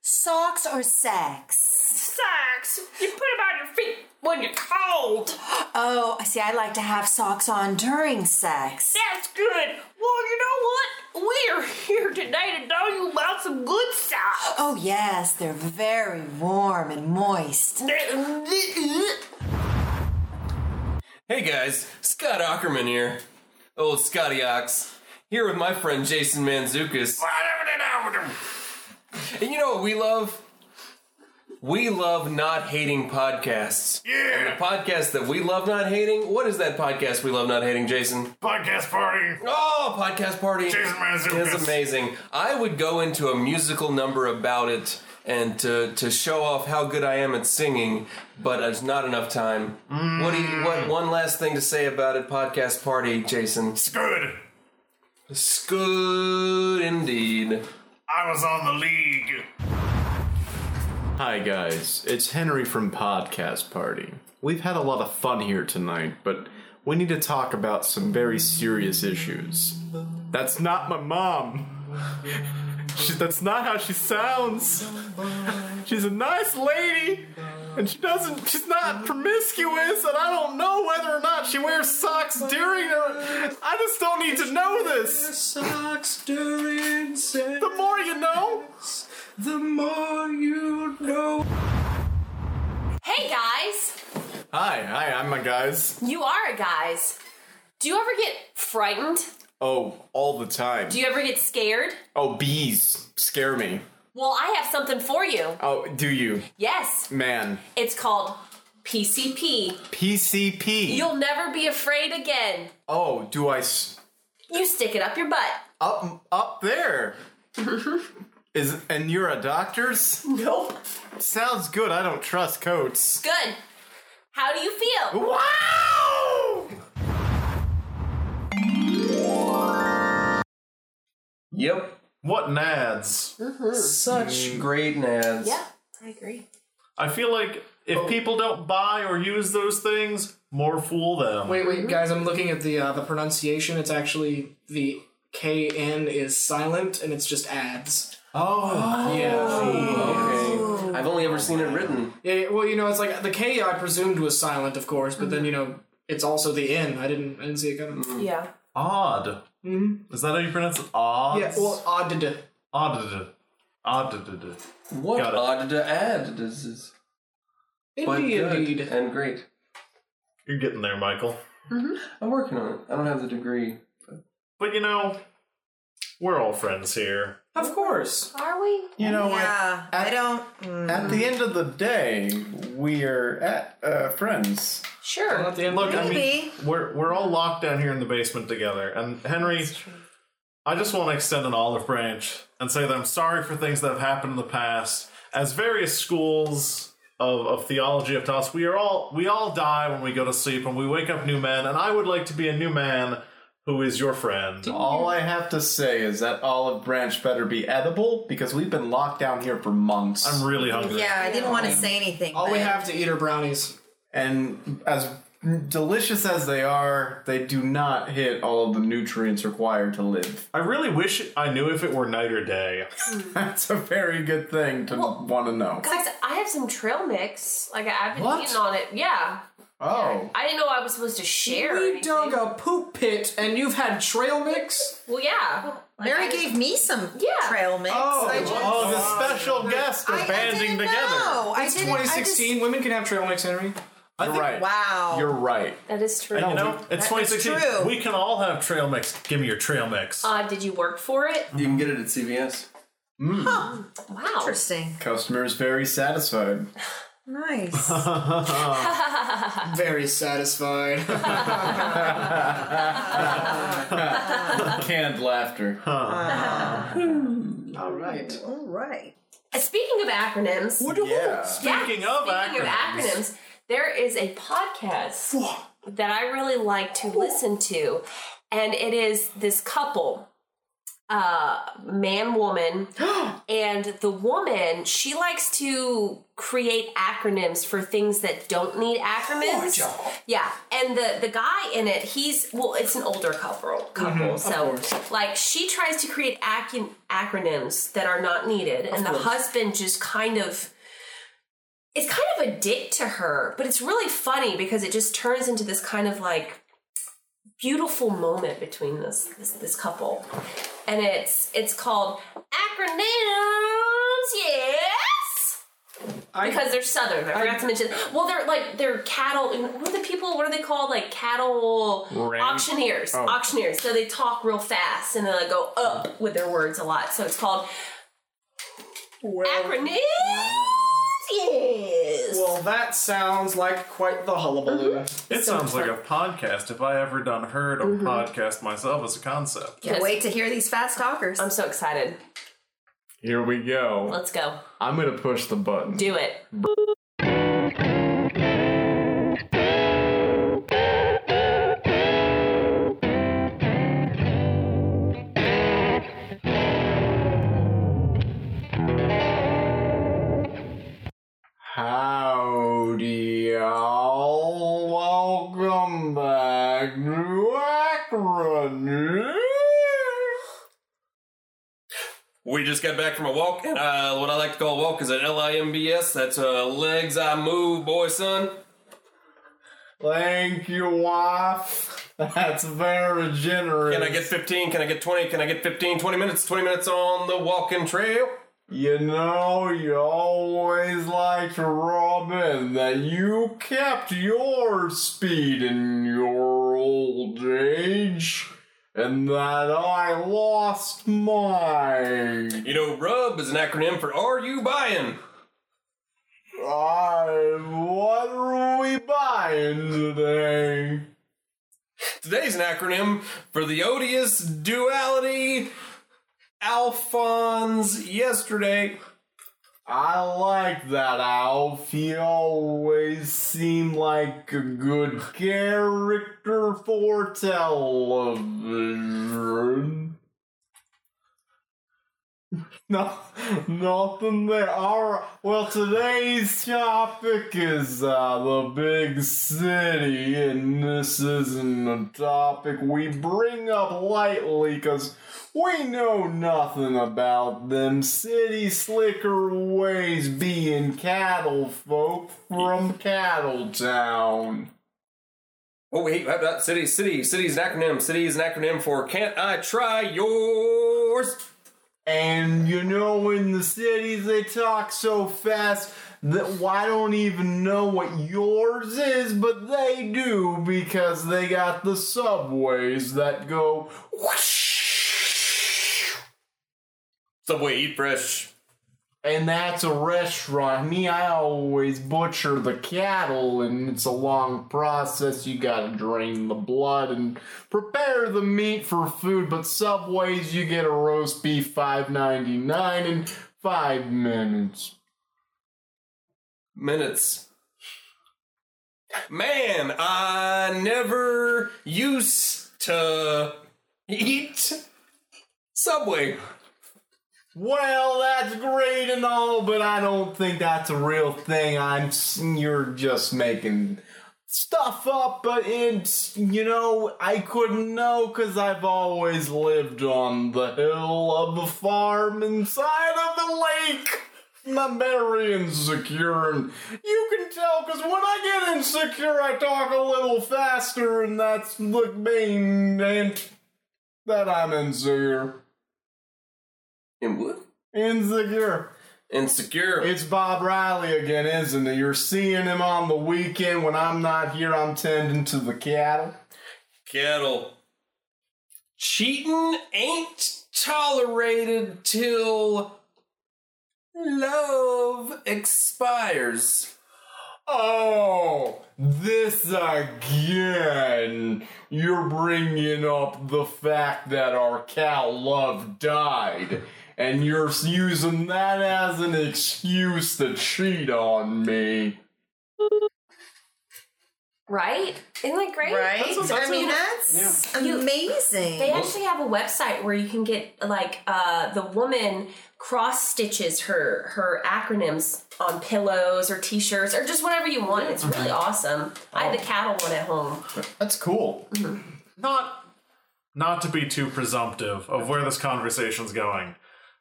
D: Socks or sex?
I: Socks. You put them on your feet when you're cold.
D: Oh, I see. I like to have socks on during sex.
I: That's good. Well, you know what? We are here today to tell you about some good socks.
D: Oh yes, they're very warm and moist.
A: Hey guys, Scott Ackerman here. Old Scotty Ox. Here with my friend Jason Manzukis. And you know what we love? We love not hating podcasts. Yeah. And the podcast that we love not hating. What is that podcast we love not hating, Jason?
F: Podcast party.
A: Oh, podcast party.
F: Jason Manzoukas.
A: It's amazing. I would go into a musical number about it and to, to show off how good I am at singing, but it's not enough time. What do
F: Mm.
A: you, what one last thing to say about it podcast party, Jason?
F: It's good.
A: Scoot indeed.
F: I was on the league.
G: Hi guys, it's Henry from Podcast Party. we've had a lot of fun here tonight, but we need to talk about some very serious issues. That's not my mom. She, that's not how she sounds. She's a nice lady, and she doesn't. She's not promiscuous, and I don't know whether or not she wears socks during. Her, I just don't need to know this.
B: Socks during sex.
G: The more you know.
B: The more you know.
E: Hey guys,
G: Hi, hi. I'm my guys.
E: you are a guys. Do you ever get frightened?
G: Oh, all the time.
E: Do you ever get scared?
G: Oh, bees scare me.
E: Well, I have something for you.
G: Oh, do you?
E: Yes,
G: Man,
E: it's called PCP.
G: PCP.
E: You'll never be afraid again.
G: oh, do I s-
E: You stick it up your butt.
G: up up there? Is and you're a doctor's?
E: Nope.
G: Sounds good. I don't trust coats.
E: Good. How do you feel?
G: Wow!
A: Yep.
F: What nads?
C: Such
A: Great nads.
E: Yeah, I agree.
F: I feel like if people don't buy or use those things, more fool
A: Um,
F: them.
C: Wait, wait, guys! I'm looking at the uh, the pronunciation. It's actually the K N is silent, and it's just ads.
F: Oh,
A: Okay. I've only ever seen it written.
C: Yeah, yeah, well, you know, it's like the K I presumed was silent, of course, but then you know, it's also the N. I didn't, I didn't see it coming.
E: Yeah.
F: odd. Is that how you pronounce it? Odd.
C: Yeah, well, odd.
F: odd. Odd.
A: What
F: Got it.
A: odd to add this is but
C: Indeed,
A: good
C: indeed.
A: and great.
F: You're getting there, Michael.
A: I'm working on it. I don't have the degree.
F: But you know, we're all friends here.
C: Of course.
E: Are we?
G: You know
D: yeah, I don't. mm.
G: what? At the end of the day, we are at uh, friends.
E: Sure.
C: Not the end.
F: Look, I mean,
D: Maybe.
F: we're we're all locked down here in the basement together. And Henry, I just want to extend an olive branch and say that I'm sorry for things that have happened in the past. As various schools of, of theology have taught us, we are all we all die when we go to sleep, and we wake up new men. And I would like to be a new man who is your friend.
G: All I have to say is that olive branch better be edible because we've been locked down here for months.
F: I'm really hungry.
D: Yeah, I didn't want to say anything.
C: All we
D: but-
C: have to eat are brownies.
G: and as delicious as they are, they do not hit all of the nutrients required to live.
F: I really wish I knew if it were night or day.
G: That's a very good thing to want to know.
E: Guys, I have some trail mix. Like I haven't
G: What?
E: eaten on it. Yeah.
G: Oh,
E: I didn't know I was supposed to share. or
C: We
E: anything.
C: dug a poop pit, and you've had trail mix.
E: Well, yeah. Like,
D: Mary
E: I-
D: gave me some
E: Yeah.
D: trail mix. I just,
F: Oh, the special guests
D: I-
F: are
D: I
F: banding
D: didn't
F: together.
D: Know. I
C: It's
D: didn't- I just-
C: 2016. Women can have trail mix, Henry.
G: you're right.
D: wow.
G: You're right.
E: That is true.
F: You know, it's
D: That is
F: 2016.
D: true.
F: We can all have trail mix. Give me your trail mix.
E: Uh, did you work for it?
A: You can get it at CVS.
E: Wow.
D: Interesting.
G: Hmm. Customer is very satisfied.
D: Nice.
G: Uh.
C: Very satisfied.
G: Canned laughter.
E: Hmm.
C: All right.
D: All right.
E: Uh, Speaking of acronyms,
G: Yeah.
E: yeah,
F: Speaking
E: speaking
F: of acronyms.
E: of acronyms, there is a podcast that I really like to listen to, and it is this couple, uh, man woman, and the woman she likes to create acronyms for things that don't need acronyms. Yeah, and the the guy in it, he's well, it's an older couple,
F: Mm-hmm.
E: couple. so like she tries to create ac- acronyms that are not needed, and the husband just kind of is kind of a dick to her, but it's really funny because it just turns into this kind of like beautiful moment between this this, this couple, and it's it's called acronyms. Yes because they're southern. I forgot to mention. Well, they're like they're cattle. What are the people? What are they called? Like cattle auctioneers. Auctioneers. So they talk real fast and they like go up with their words a lot. So it's called acronyms. Yes.
C: Well, that sounds like quite the hullabaloo.
D: Mm-hmm.
F: It sounds like a podcast. If I ever done heard a podcast myself as a concept,
D: Can't wait to hear these fast talkers.
E: I'm so excited.
G: Here we go.
E: Let's go.
G: I'm gonna push the button.
E: Do it.
G: Howdy, y'all.
A: We just got back from a walk, and uh, what I like to call a walk is an L-I-M-B-S. That's uh, legs I move, boy, son.
G: Thank you, wife. That's very generous.
A: Can I get 15? Can I get 20? Can I get 15? 20 minutes? 20 minutes on the walking trail?
G: You know, you always liked Robin that you kept your speed in your old age, and that I lost mine.
A: You know, RUB is an acronym for Are You Buying?
G: I, what are we buying today?
A: Today's an acronym for the odious duality Alphonse yesterday.
G: I like that Alf. He always seemed like a good character for television. No, nothing there. All right. Well, today's topic is uh, the big city, and this isn't a topic we bring up lightly because we know nothing about them city slicker ways being cattle folk from Cattle Town.
A: Oh wait, that, that city, city, city is an acronym. City is an acronym for Can't I Try Yours?
G: And you know, in the cities, they talk so fast that well, I don't even know what yours is, but they do because they got the subways that go whoosh.
A: Subway Eat Fresh.
G: And that's a restaurant. Me, I always butcher the cattle, and it's a long process. You gotta drain the blood and prepare the meat for food. But Subway's, you get a roast beef five ninety nine in five minutes.
A: Minutes. Man, I never used to eat Subway.
G: Well, that's great and all, but I don't think that's a real thing. I'm you're just making stuff up, but it's you know I couldn't know because I've always lived on the hill of a farm inside of the lake. I'm very insecure, and you can tell because when I get insecure, I talk a little faster, and that's the main hint that I'm insecure.
A: In what?
G: Insecure.
A: Insecure.
G: It's Bob Riley again, isn't it? You're seeing him on the weekend when I'm not here. I'm tending to the cattle.
A: Cattle. Cheating ain't tolerated till love expires.
G: Oh, this again. You're bringing up the fact that our cow love died, and you're using that as an excuse to cheat on me.
E: Right? Isn't that great?
D: Right? I mean,
E: that's
D: that's amazing.
E: They actually have a website where you can get like uh, the woman cross stitches her her acronyms on pillows or t-shirts or just whatever you want. It's really
D: Mm-hmm.
E: awesome. I
D: Oh.
E: have the cattle one at home.
G: That's cool.
F: Not not to be too presumptive of where this conversation's going.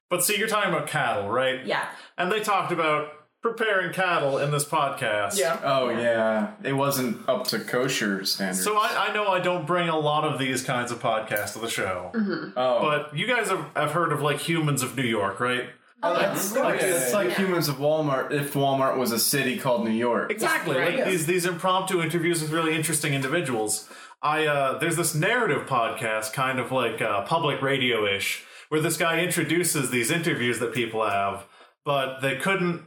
F: But see, you're talking about cattle, right?
E: Yeah.
F: And they talked about preparing cattle in this podcast.
C: Yeah.
G: Oh yeah, it wasn't up to kosher standards.
F: So I, I know I don't bring a lot of these kinds of podcasts to the show.
G: oh,
F: But you guys have, have heard of like humans of New York, right?
G: that's like, it's like humans of Walmart. If Walmart was a city called New York,
F: Exactly. Like these these impromptu interviews with really interesting individuals. I uh, there's this narrative podcast, kind of like uh, public radio ish, where this guy introduces these interviews that people have, but they couldn't.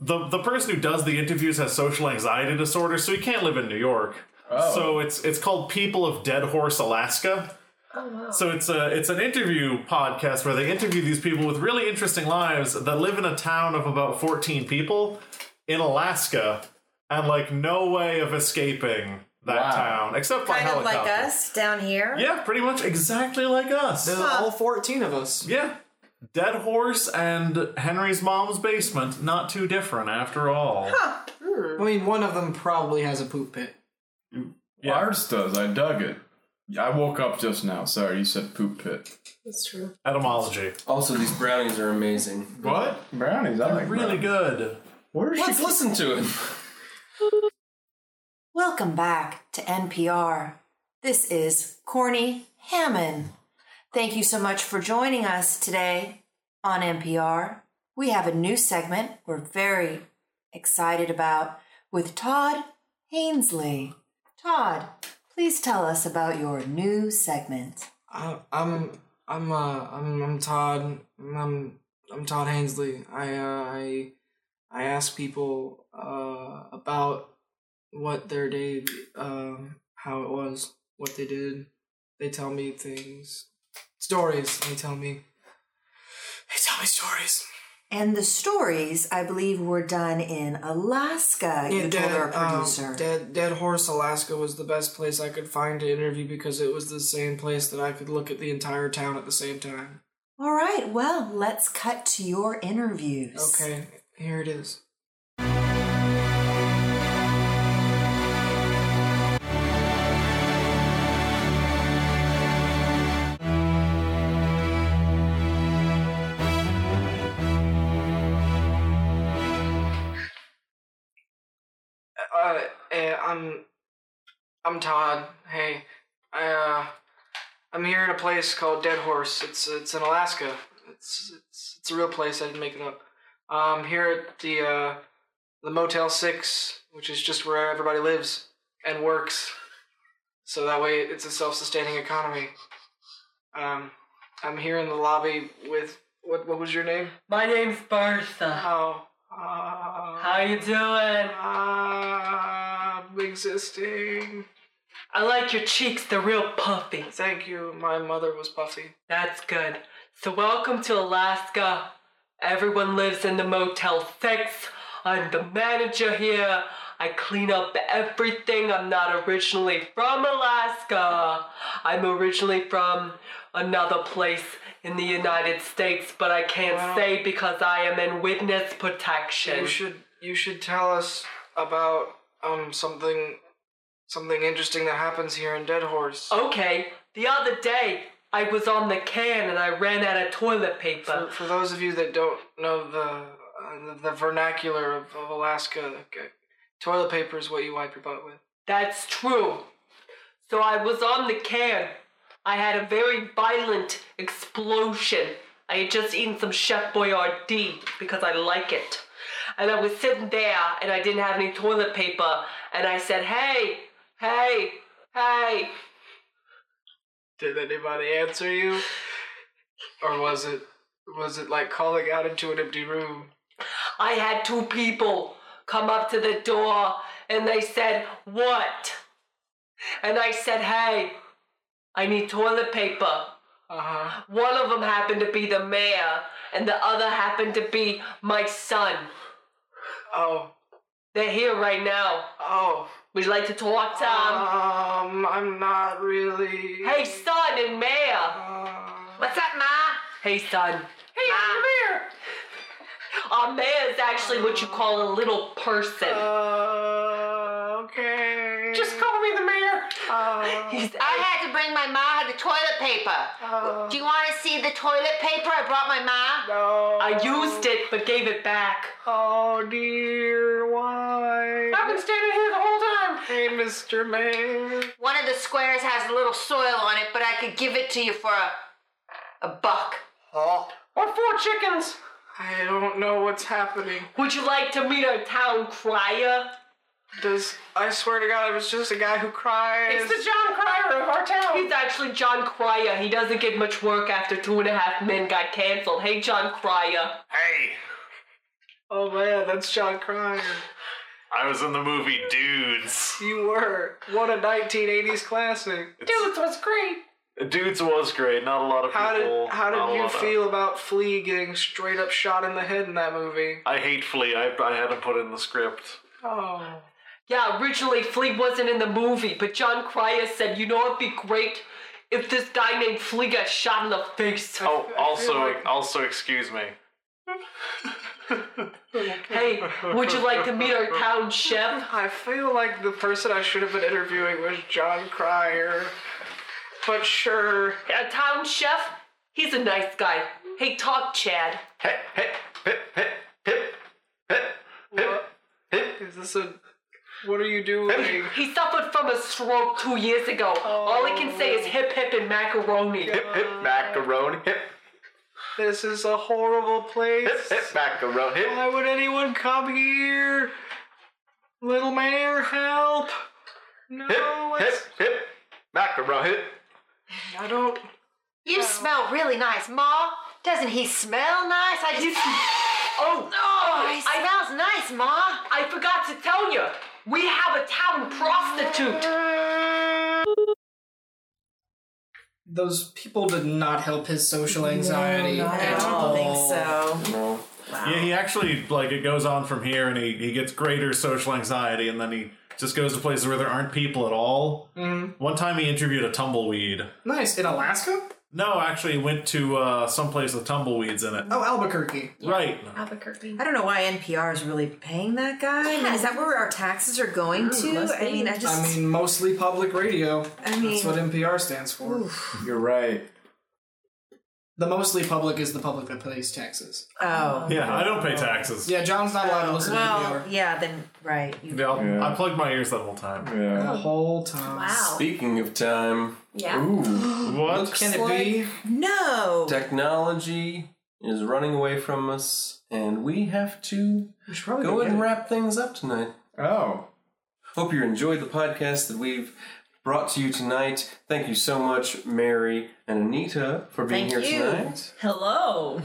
F: the The person who does the interviews has social anxiety disorder, so he can't live in New York.
G: Oh.
F: So it's it's called People of Dead Horse, Alaska. So it's a it's an interview podcast where they interview these people with really interesting lives that live in a town of about 14 people in Alaska and like no way of escaping that
G: Wow.
F: town except by
D: kind of
F: helicopter.
D: like us down here.
F: Yeah, pretty much exactly like us.
C: There's all 14 of us.
F: Yeah. Dead Horse and Henry's mom's basement, not too different after all.
C: I mean, one of them probably has a poop pit.
F: Yeah.
G: ours does. I dug it. I woke up just now. Sorry, you said poop pit.
E: That's true.
F: Etymology.
A: Also, these brownies are amazing.
G: What? Brownies, I like
F: Really good.
G: Where's
A: Let's listen to it.
D: Welcome back to NPR. This is Corny Hammond. Thank you so much for joining us today on NPR. We have a new segment we're very excited about with Todd Hainsley. Todd, please tell us about your new segment.
C: I, I'm I'm uh I'm I'm Todd I'm I'm Todd Hainsley. I uh, I I ask people uh about what their day um how it was, what they did. They tell me things, stories. They tell me. They tell me stories.
D: And the stories, I believe, were done in Alaska. you told our
C: um,
D: producer.
C: Dead, Dead Horse, Alaska was the best place I could find to interview because it was the same place that I could look at the entire town at the same time.
D: All right, well, let's cut to your interviews.
C: Okay, here it is. Uh, eh, I'm, I'm Todd. Hey, I uh, I'm here in a place called Dead Horse. It's it's in Alaska. It's it's it's a real place. I didn't make it up. Um, here at the uh, the Motel Six, which is just where everybody lives and works. So that way, it's a self-sustaining economy. Um, I'm here in the lobby with what? What was your name?
L: My name's Bertha.
C: Oh, uh,
L: How you doing?
C: I'm existing.
L: I like your cheeks, they're real puffy.
C: Thank you. My mother was puffy.
L: That's good. So welcome to Alaska. Everyone lives in the Motel 6. I'm the manager here. I clean up everything. I'm not originally from Alaska. I'm originally from another place in the United States, but I can't
C: Well-
L: say because I am in witness protection.
C: You should you should tell us about um something something interesting that happens here in Dead Horse.
L: Okay, the other day I was on the can and I ran out of toilet paper.
C: For, for those of you that don't know the uh, the- the vernacular of, of Alaska, okay, toilet paper is what you wipe your butt with.
L: That's true. So I was on the can. I had a very violent explosion. I had just eaten some Chef Boyardee because I like it. And I was sitting there and I didn't have any toilet paper. And I said, hey, hey, hey.
C: Did anybody answer you, or was it was it like calling out into an empty room?
L: I had two people come up to the door and they said, What? And I said, Hey, I need toilet paper.
C: Uh huh.
L: One of them happened to be the mayor, and the other happened to be my son.
C: Oh
L: They're here right now.
C: oh.
L: Would you like to talk to them?
C: Um, I'm not really.
L: Hey, son and mayor.
C: Uh,
E: What's up, Ma?
L: Hey, son.
E: Hey, come here.
L: Our mayor is actually what you call a little person.
C: Uh, okay.
I: Mm.
E: Just call me the mayor.
C: Uh,
L: He's
K: Oh. I had to bring my ma the toilet paper.
I: Oh.
C: uh,
K: Do you want to see the toilet paper I brought my ma?
C: no.
L: I used it but gave it back.
C: Oh dear, why?
E: I've been standing here the whole time.
C: Hey, Mr. Mayor.
K: One of the squares has a little soil on it, but I could give it to you for a, a buck.
E: Or four chickens.
C: I don't know what's happening.
L: Would you like to meet our town crier?
C: Does I swear to God, it was just a guy who cries.
E: It's the John Cryer of our town.
L: He's actually John Cryer. He doesn't get much work after Two and a Half Men got canceled. Hey, John Cryer.
J: Hey,
C: oh man, that's John Cryer.
J: I was in the movie Dudes.
C: You were what a 1980s classic.
E: Dudes was great.
J: Dudes was great. Not a lot of
C: How
J: people.
C: did how
J: not a
C: did you
J: lot of-
C: feel about Flea getting straight up shot in the head in that movie?
J: I hate Flea. I, I had him put in the script.
C: Oh.
L: Yeah, originally Flea wasn't in the movie, but John Cryer said, you know, it'd be great if this guy named Flea got shot in the face.
J: Oh,
C: feel
J: also,
C: like-
J: also, excuse me.
L: Hey, would you like to meet our town chef?
C: I feel like the person I should have been interviewing was John Cryer.
L: But sure. A town chef? He's a nice guy. Hey, talk, Chad.
F: Hey, hey, pip, pip, pip, pip, pip, pip.
C: Is this a. What are you doing?
L: He suffered from a stroke two years ago. All he can say is hip hip and macaroni.
F: Hip, hip, macaroni. Hip,
C: This is a horrible place.
F: hip, macaroni. Hip.
C: Why would anyone come here? Little mayor, help! No,
F: Hip,
C: it's,
F: hip, macaroni. Hip.
C: I don't.
K: You smell really nice, Ma. Doesn't he smell nice? I just.
L: Oh,
K: Oh, he
L: I-
K: smells nice, Ma.
L: I forgot to tell you, we have a town prostitute.
C: Those people did not help his social anxiety at all.
D: so.
A: No.
F: Yeah, he actually like it goes on from here, and he, he gets greater social anxiety, and then he just goes to places where there aren't people at all.
C: Mhm.
F: One time, he interviewed a tumbleweed.
C: Nice in Alaska?
F: No, actually, he went to uh, someplace with tumbleweeds in it.
C: Oh, Albuquerque.
F: Right.
E: Albuquerque.
D: I don't know why NPR is really paying that guy. I mean, is that where our taxes are going to? I mean, I just.
C: I mean, mostly public radio.
D: I mean-
C: that's what NPR stands for.
G: You're right.
C: The mostly public is the public that pays taxes.
D: oh.
F: Yeah, I don't pay taxes.
C: Yeah, John's not allowed to listen to
D: Well,
C: NPR
D: yeah, then, right. You,
F: Yeah,
G: Yeah.
F: I plugged my ears that whole time.
G: Yeah.
C: the whole time.
E: Wow.
A: Speaking of time,
E: Yeah.
F: What?
C: Can it be?
D: No!
A: technology is running away from us, and we have to
C: We should probably
A: go
C: go
A: ahead and
C: get
A: wrap things up tonight.
G: Oh.
A: Hope you enjoyed the podcast that we've brought to you tonight. Thank you so much, Mary and Anita, for being
D: Thank
A: here
D: you.
A: tonight.
E: Hello.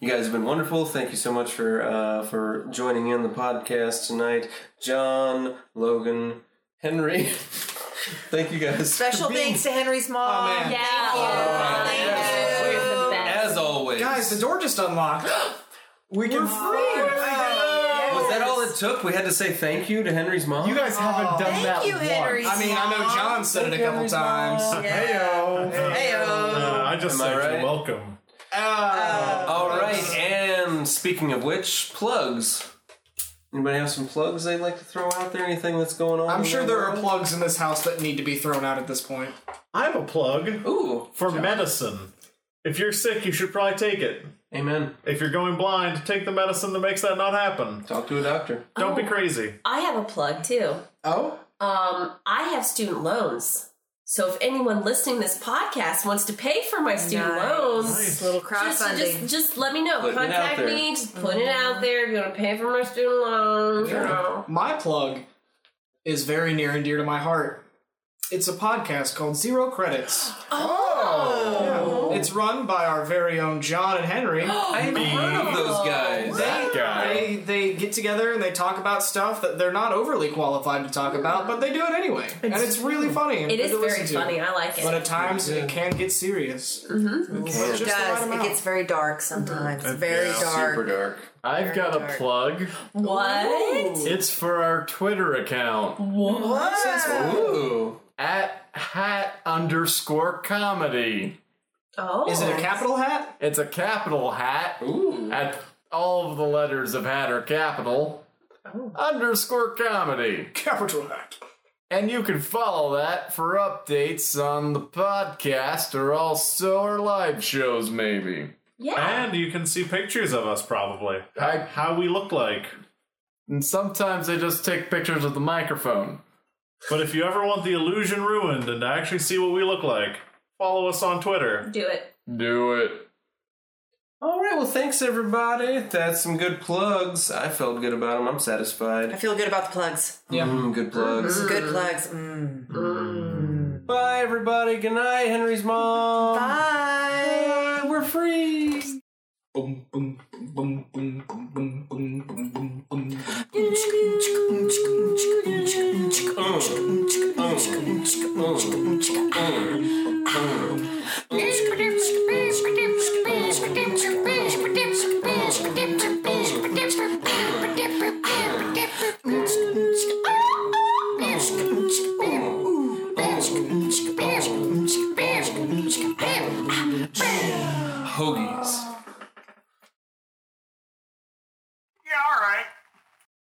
A: You guys have been wonderful. Thank you so much for uh, for joining in the podcast tonight, John, Logan, Henry. Thank you guys.
D: Special thanks to Henry's mom.
C: Oh, man.
E: Yeah.
D: Oh, thank you.
E: We're the best.
A: As always,
C: it. Guys, the door just unlocked.
A: we can.
C: We're free.
A: Was that all it took? We had to say thank you to Henry's mom.
G: You guys
C: Oh.
G: haven't done
D: Thank
G: that
D: you,
G: once.
D: Henry's
C: I mean, I know
D: mom.
C: John said it a couple times.
G: Heyo.
D: Heyo.
F: Uh, I just
A: Am I
F: said
A: right?
F: you're welcome.
C: Oh.
A: All right, and speaking of which, plugs. Anybody have some plugs they'd like to throw out there? Anything that's going on?
C: I'm
A: in
C: sure
A: their
C: there are
A: world?
C: plugs in this house that need to be thrown out at this point.
F: I have a plug
A: Ooh,
F: for medicine. If you're sick, you should probably take it.
A: amen.
F: If you're going blind, take the medicine that makes that not happen.
A: Talk to a doctor.
F: Don't
G: Oh.
F: be crazy.
E: I have a plug too.
C: Oh?
E: Um, I have student loans. So if anyone listening to this podcast wants to pay for my student
D: Nice.
E: loans,
D: Little
E: just,
D: crowdfunding. Mm-hmm.
E: just just let me know.
A: Putting it out
E: Contact
A: there.
E: me. Just put it out there. If you want to pay for my student loans, you know.
C: My plug is very near and dear to my heart. It's a podcast called Zero Credits. Oh! It's run by our very own John and Henry.
A: I've heard of those guys.
C: They, they they get together and they talk about stuff that they're not overly qualified to talk about, but they do it anyway, and it's really funny. And
E: it
C: good
E: is
C: to
E: very
C: listen to.
E: funny. I like it.
C: But at times it can get serious. Mm-hmm.
D: Mm-hmm. It
C: Just the right
D: does. It
C: amount.
D: gets very dark sometimes.
C: Mm-hmm.
D: Very dark.
A: Super dark.
G: I've got a plug.
E: what?
G: It's for our Twitter account
A: Ooh,
G: at hat underscore comedy.
E: Oh,
C: Is it a capital hat?
G: It's a capital hat.
A: ooh.
G: At all of the letters of hat are capital. Underscore comedy.
C: Oh. Capital hat.
G: And you can follow that for updates on the podcast or also our live shows, maybe.
E: yeah.
F: And you can see pictures of us probably.
G: I-
F: how we look like.
G: And sometimes they just take pictures of the microphone.
F: But if you ever want the illusion ruined and to actually see what we look like, follow us on Twitter.
E: Do it.
G: Do it.
A: All right. Well, thanks everybody. That's some good plugs. I felt good about them. I'm
D: I
A: satisfied.
D: feel good about the plugs.
C: Yeah.
A: Mm, good plugs.
D: Good plugs. Mm.
A: Bye everybody. Good night, Henry's mom.
D: Bye.
A: Bye. We're free.
B: Boom, boom, boom, boom, boom, boom, boom, boom, boom, boom, boom.
A: Mm, mm, mm.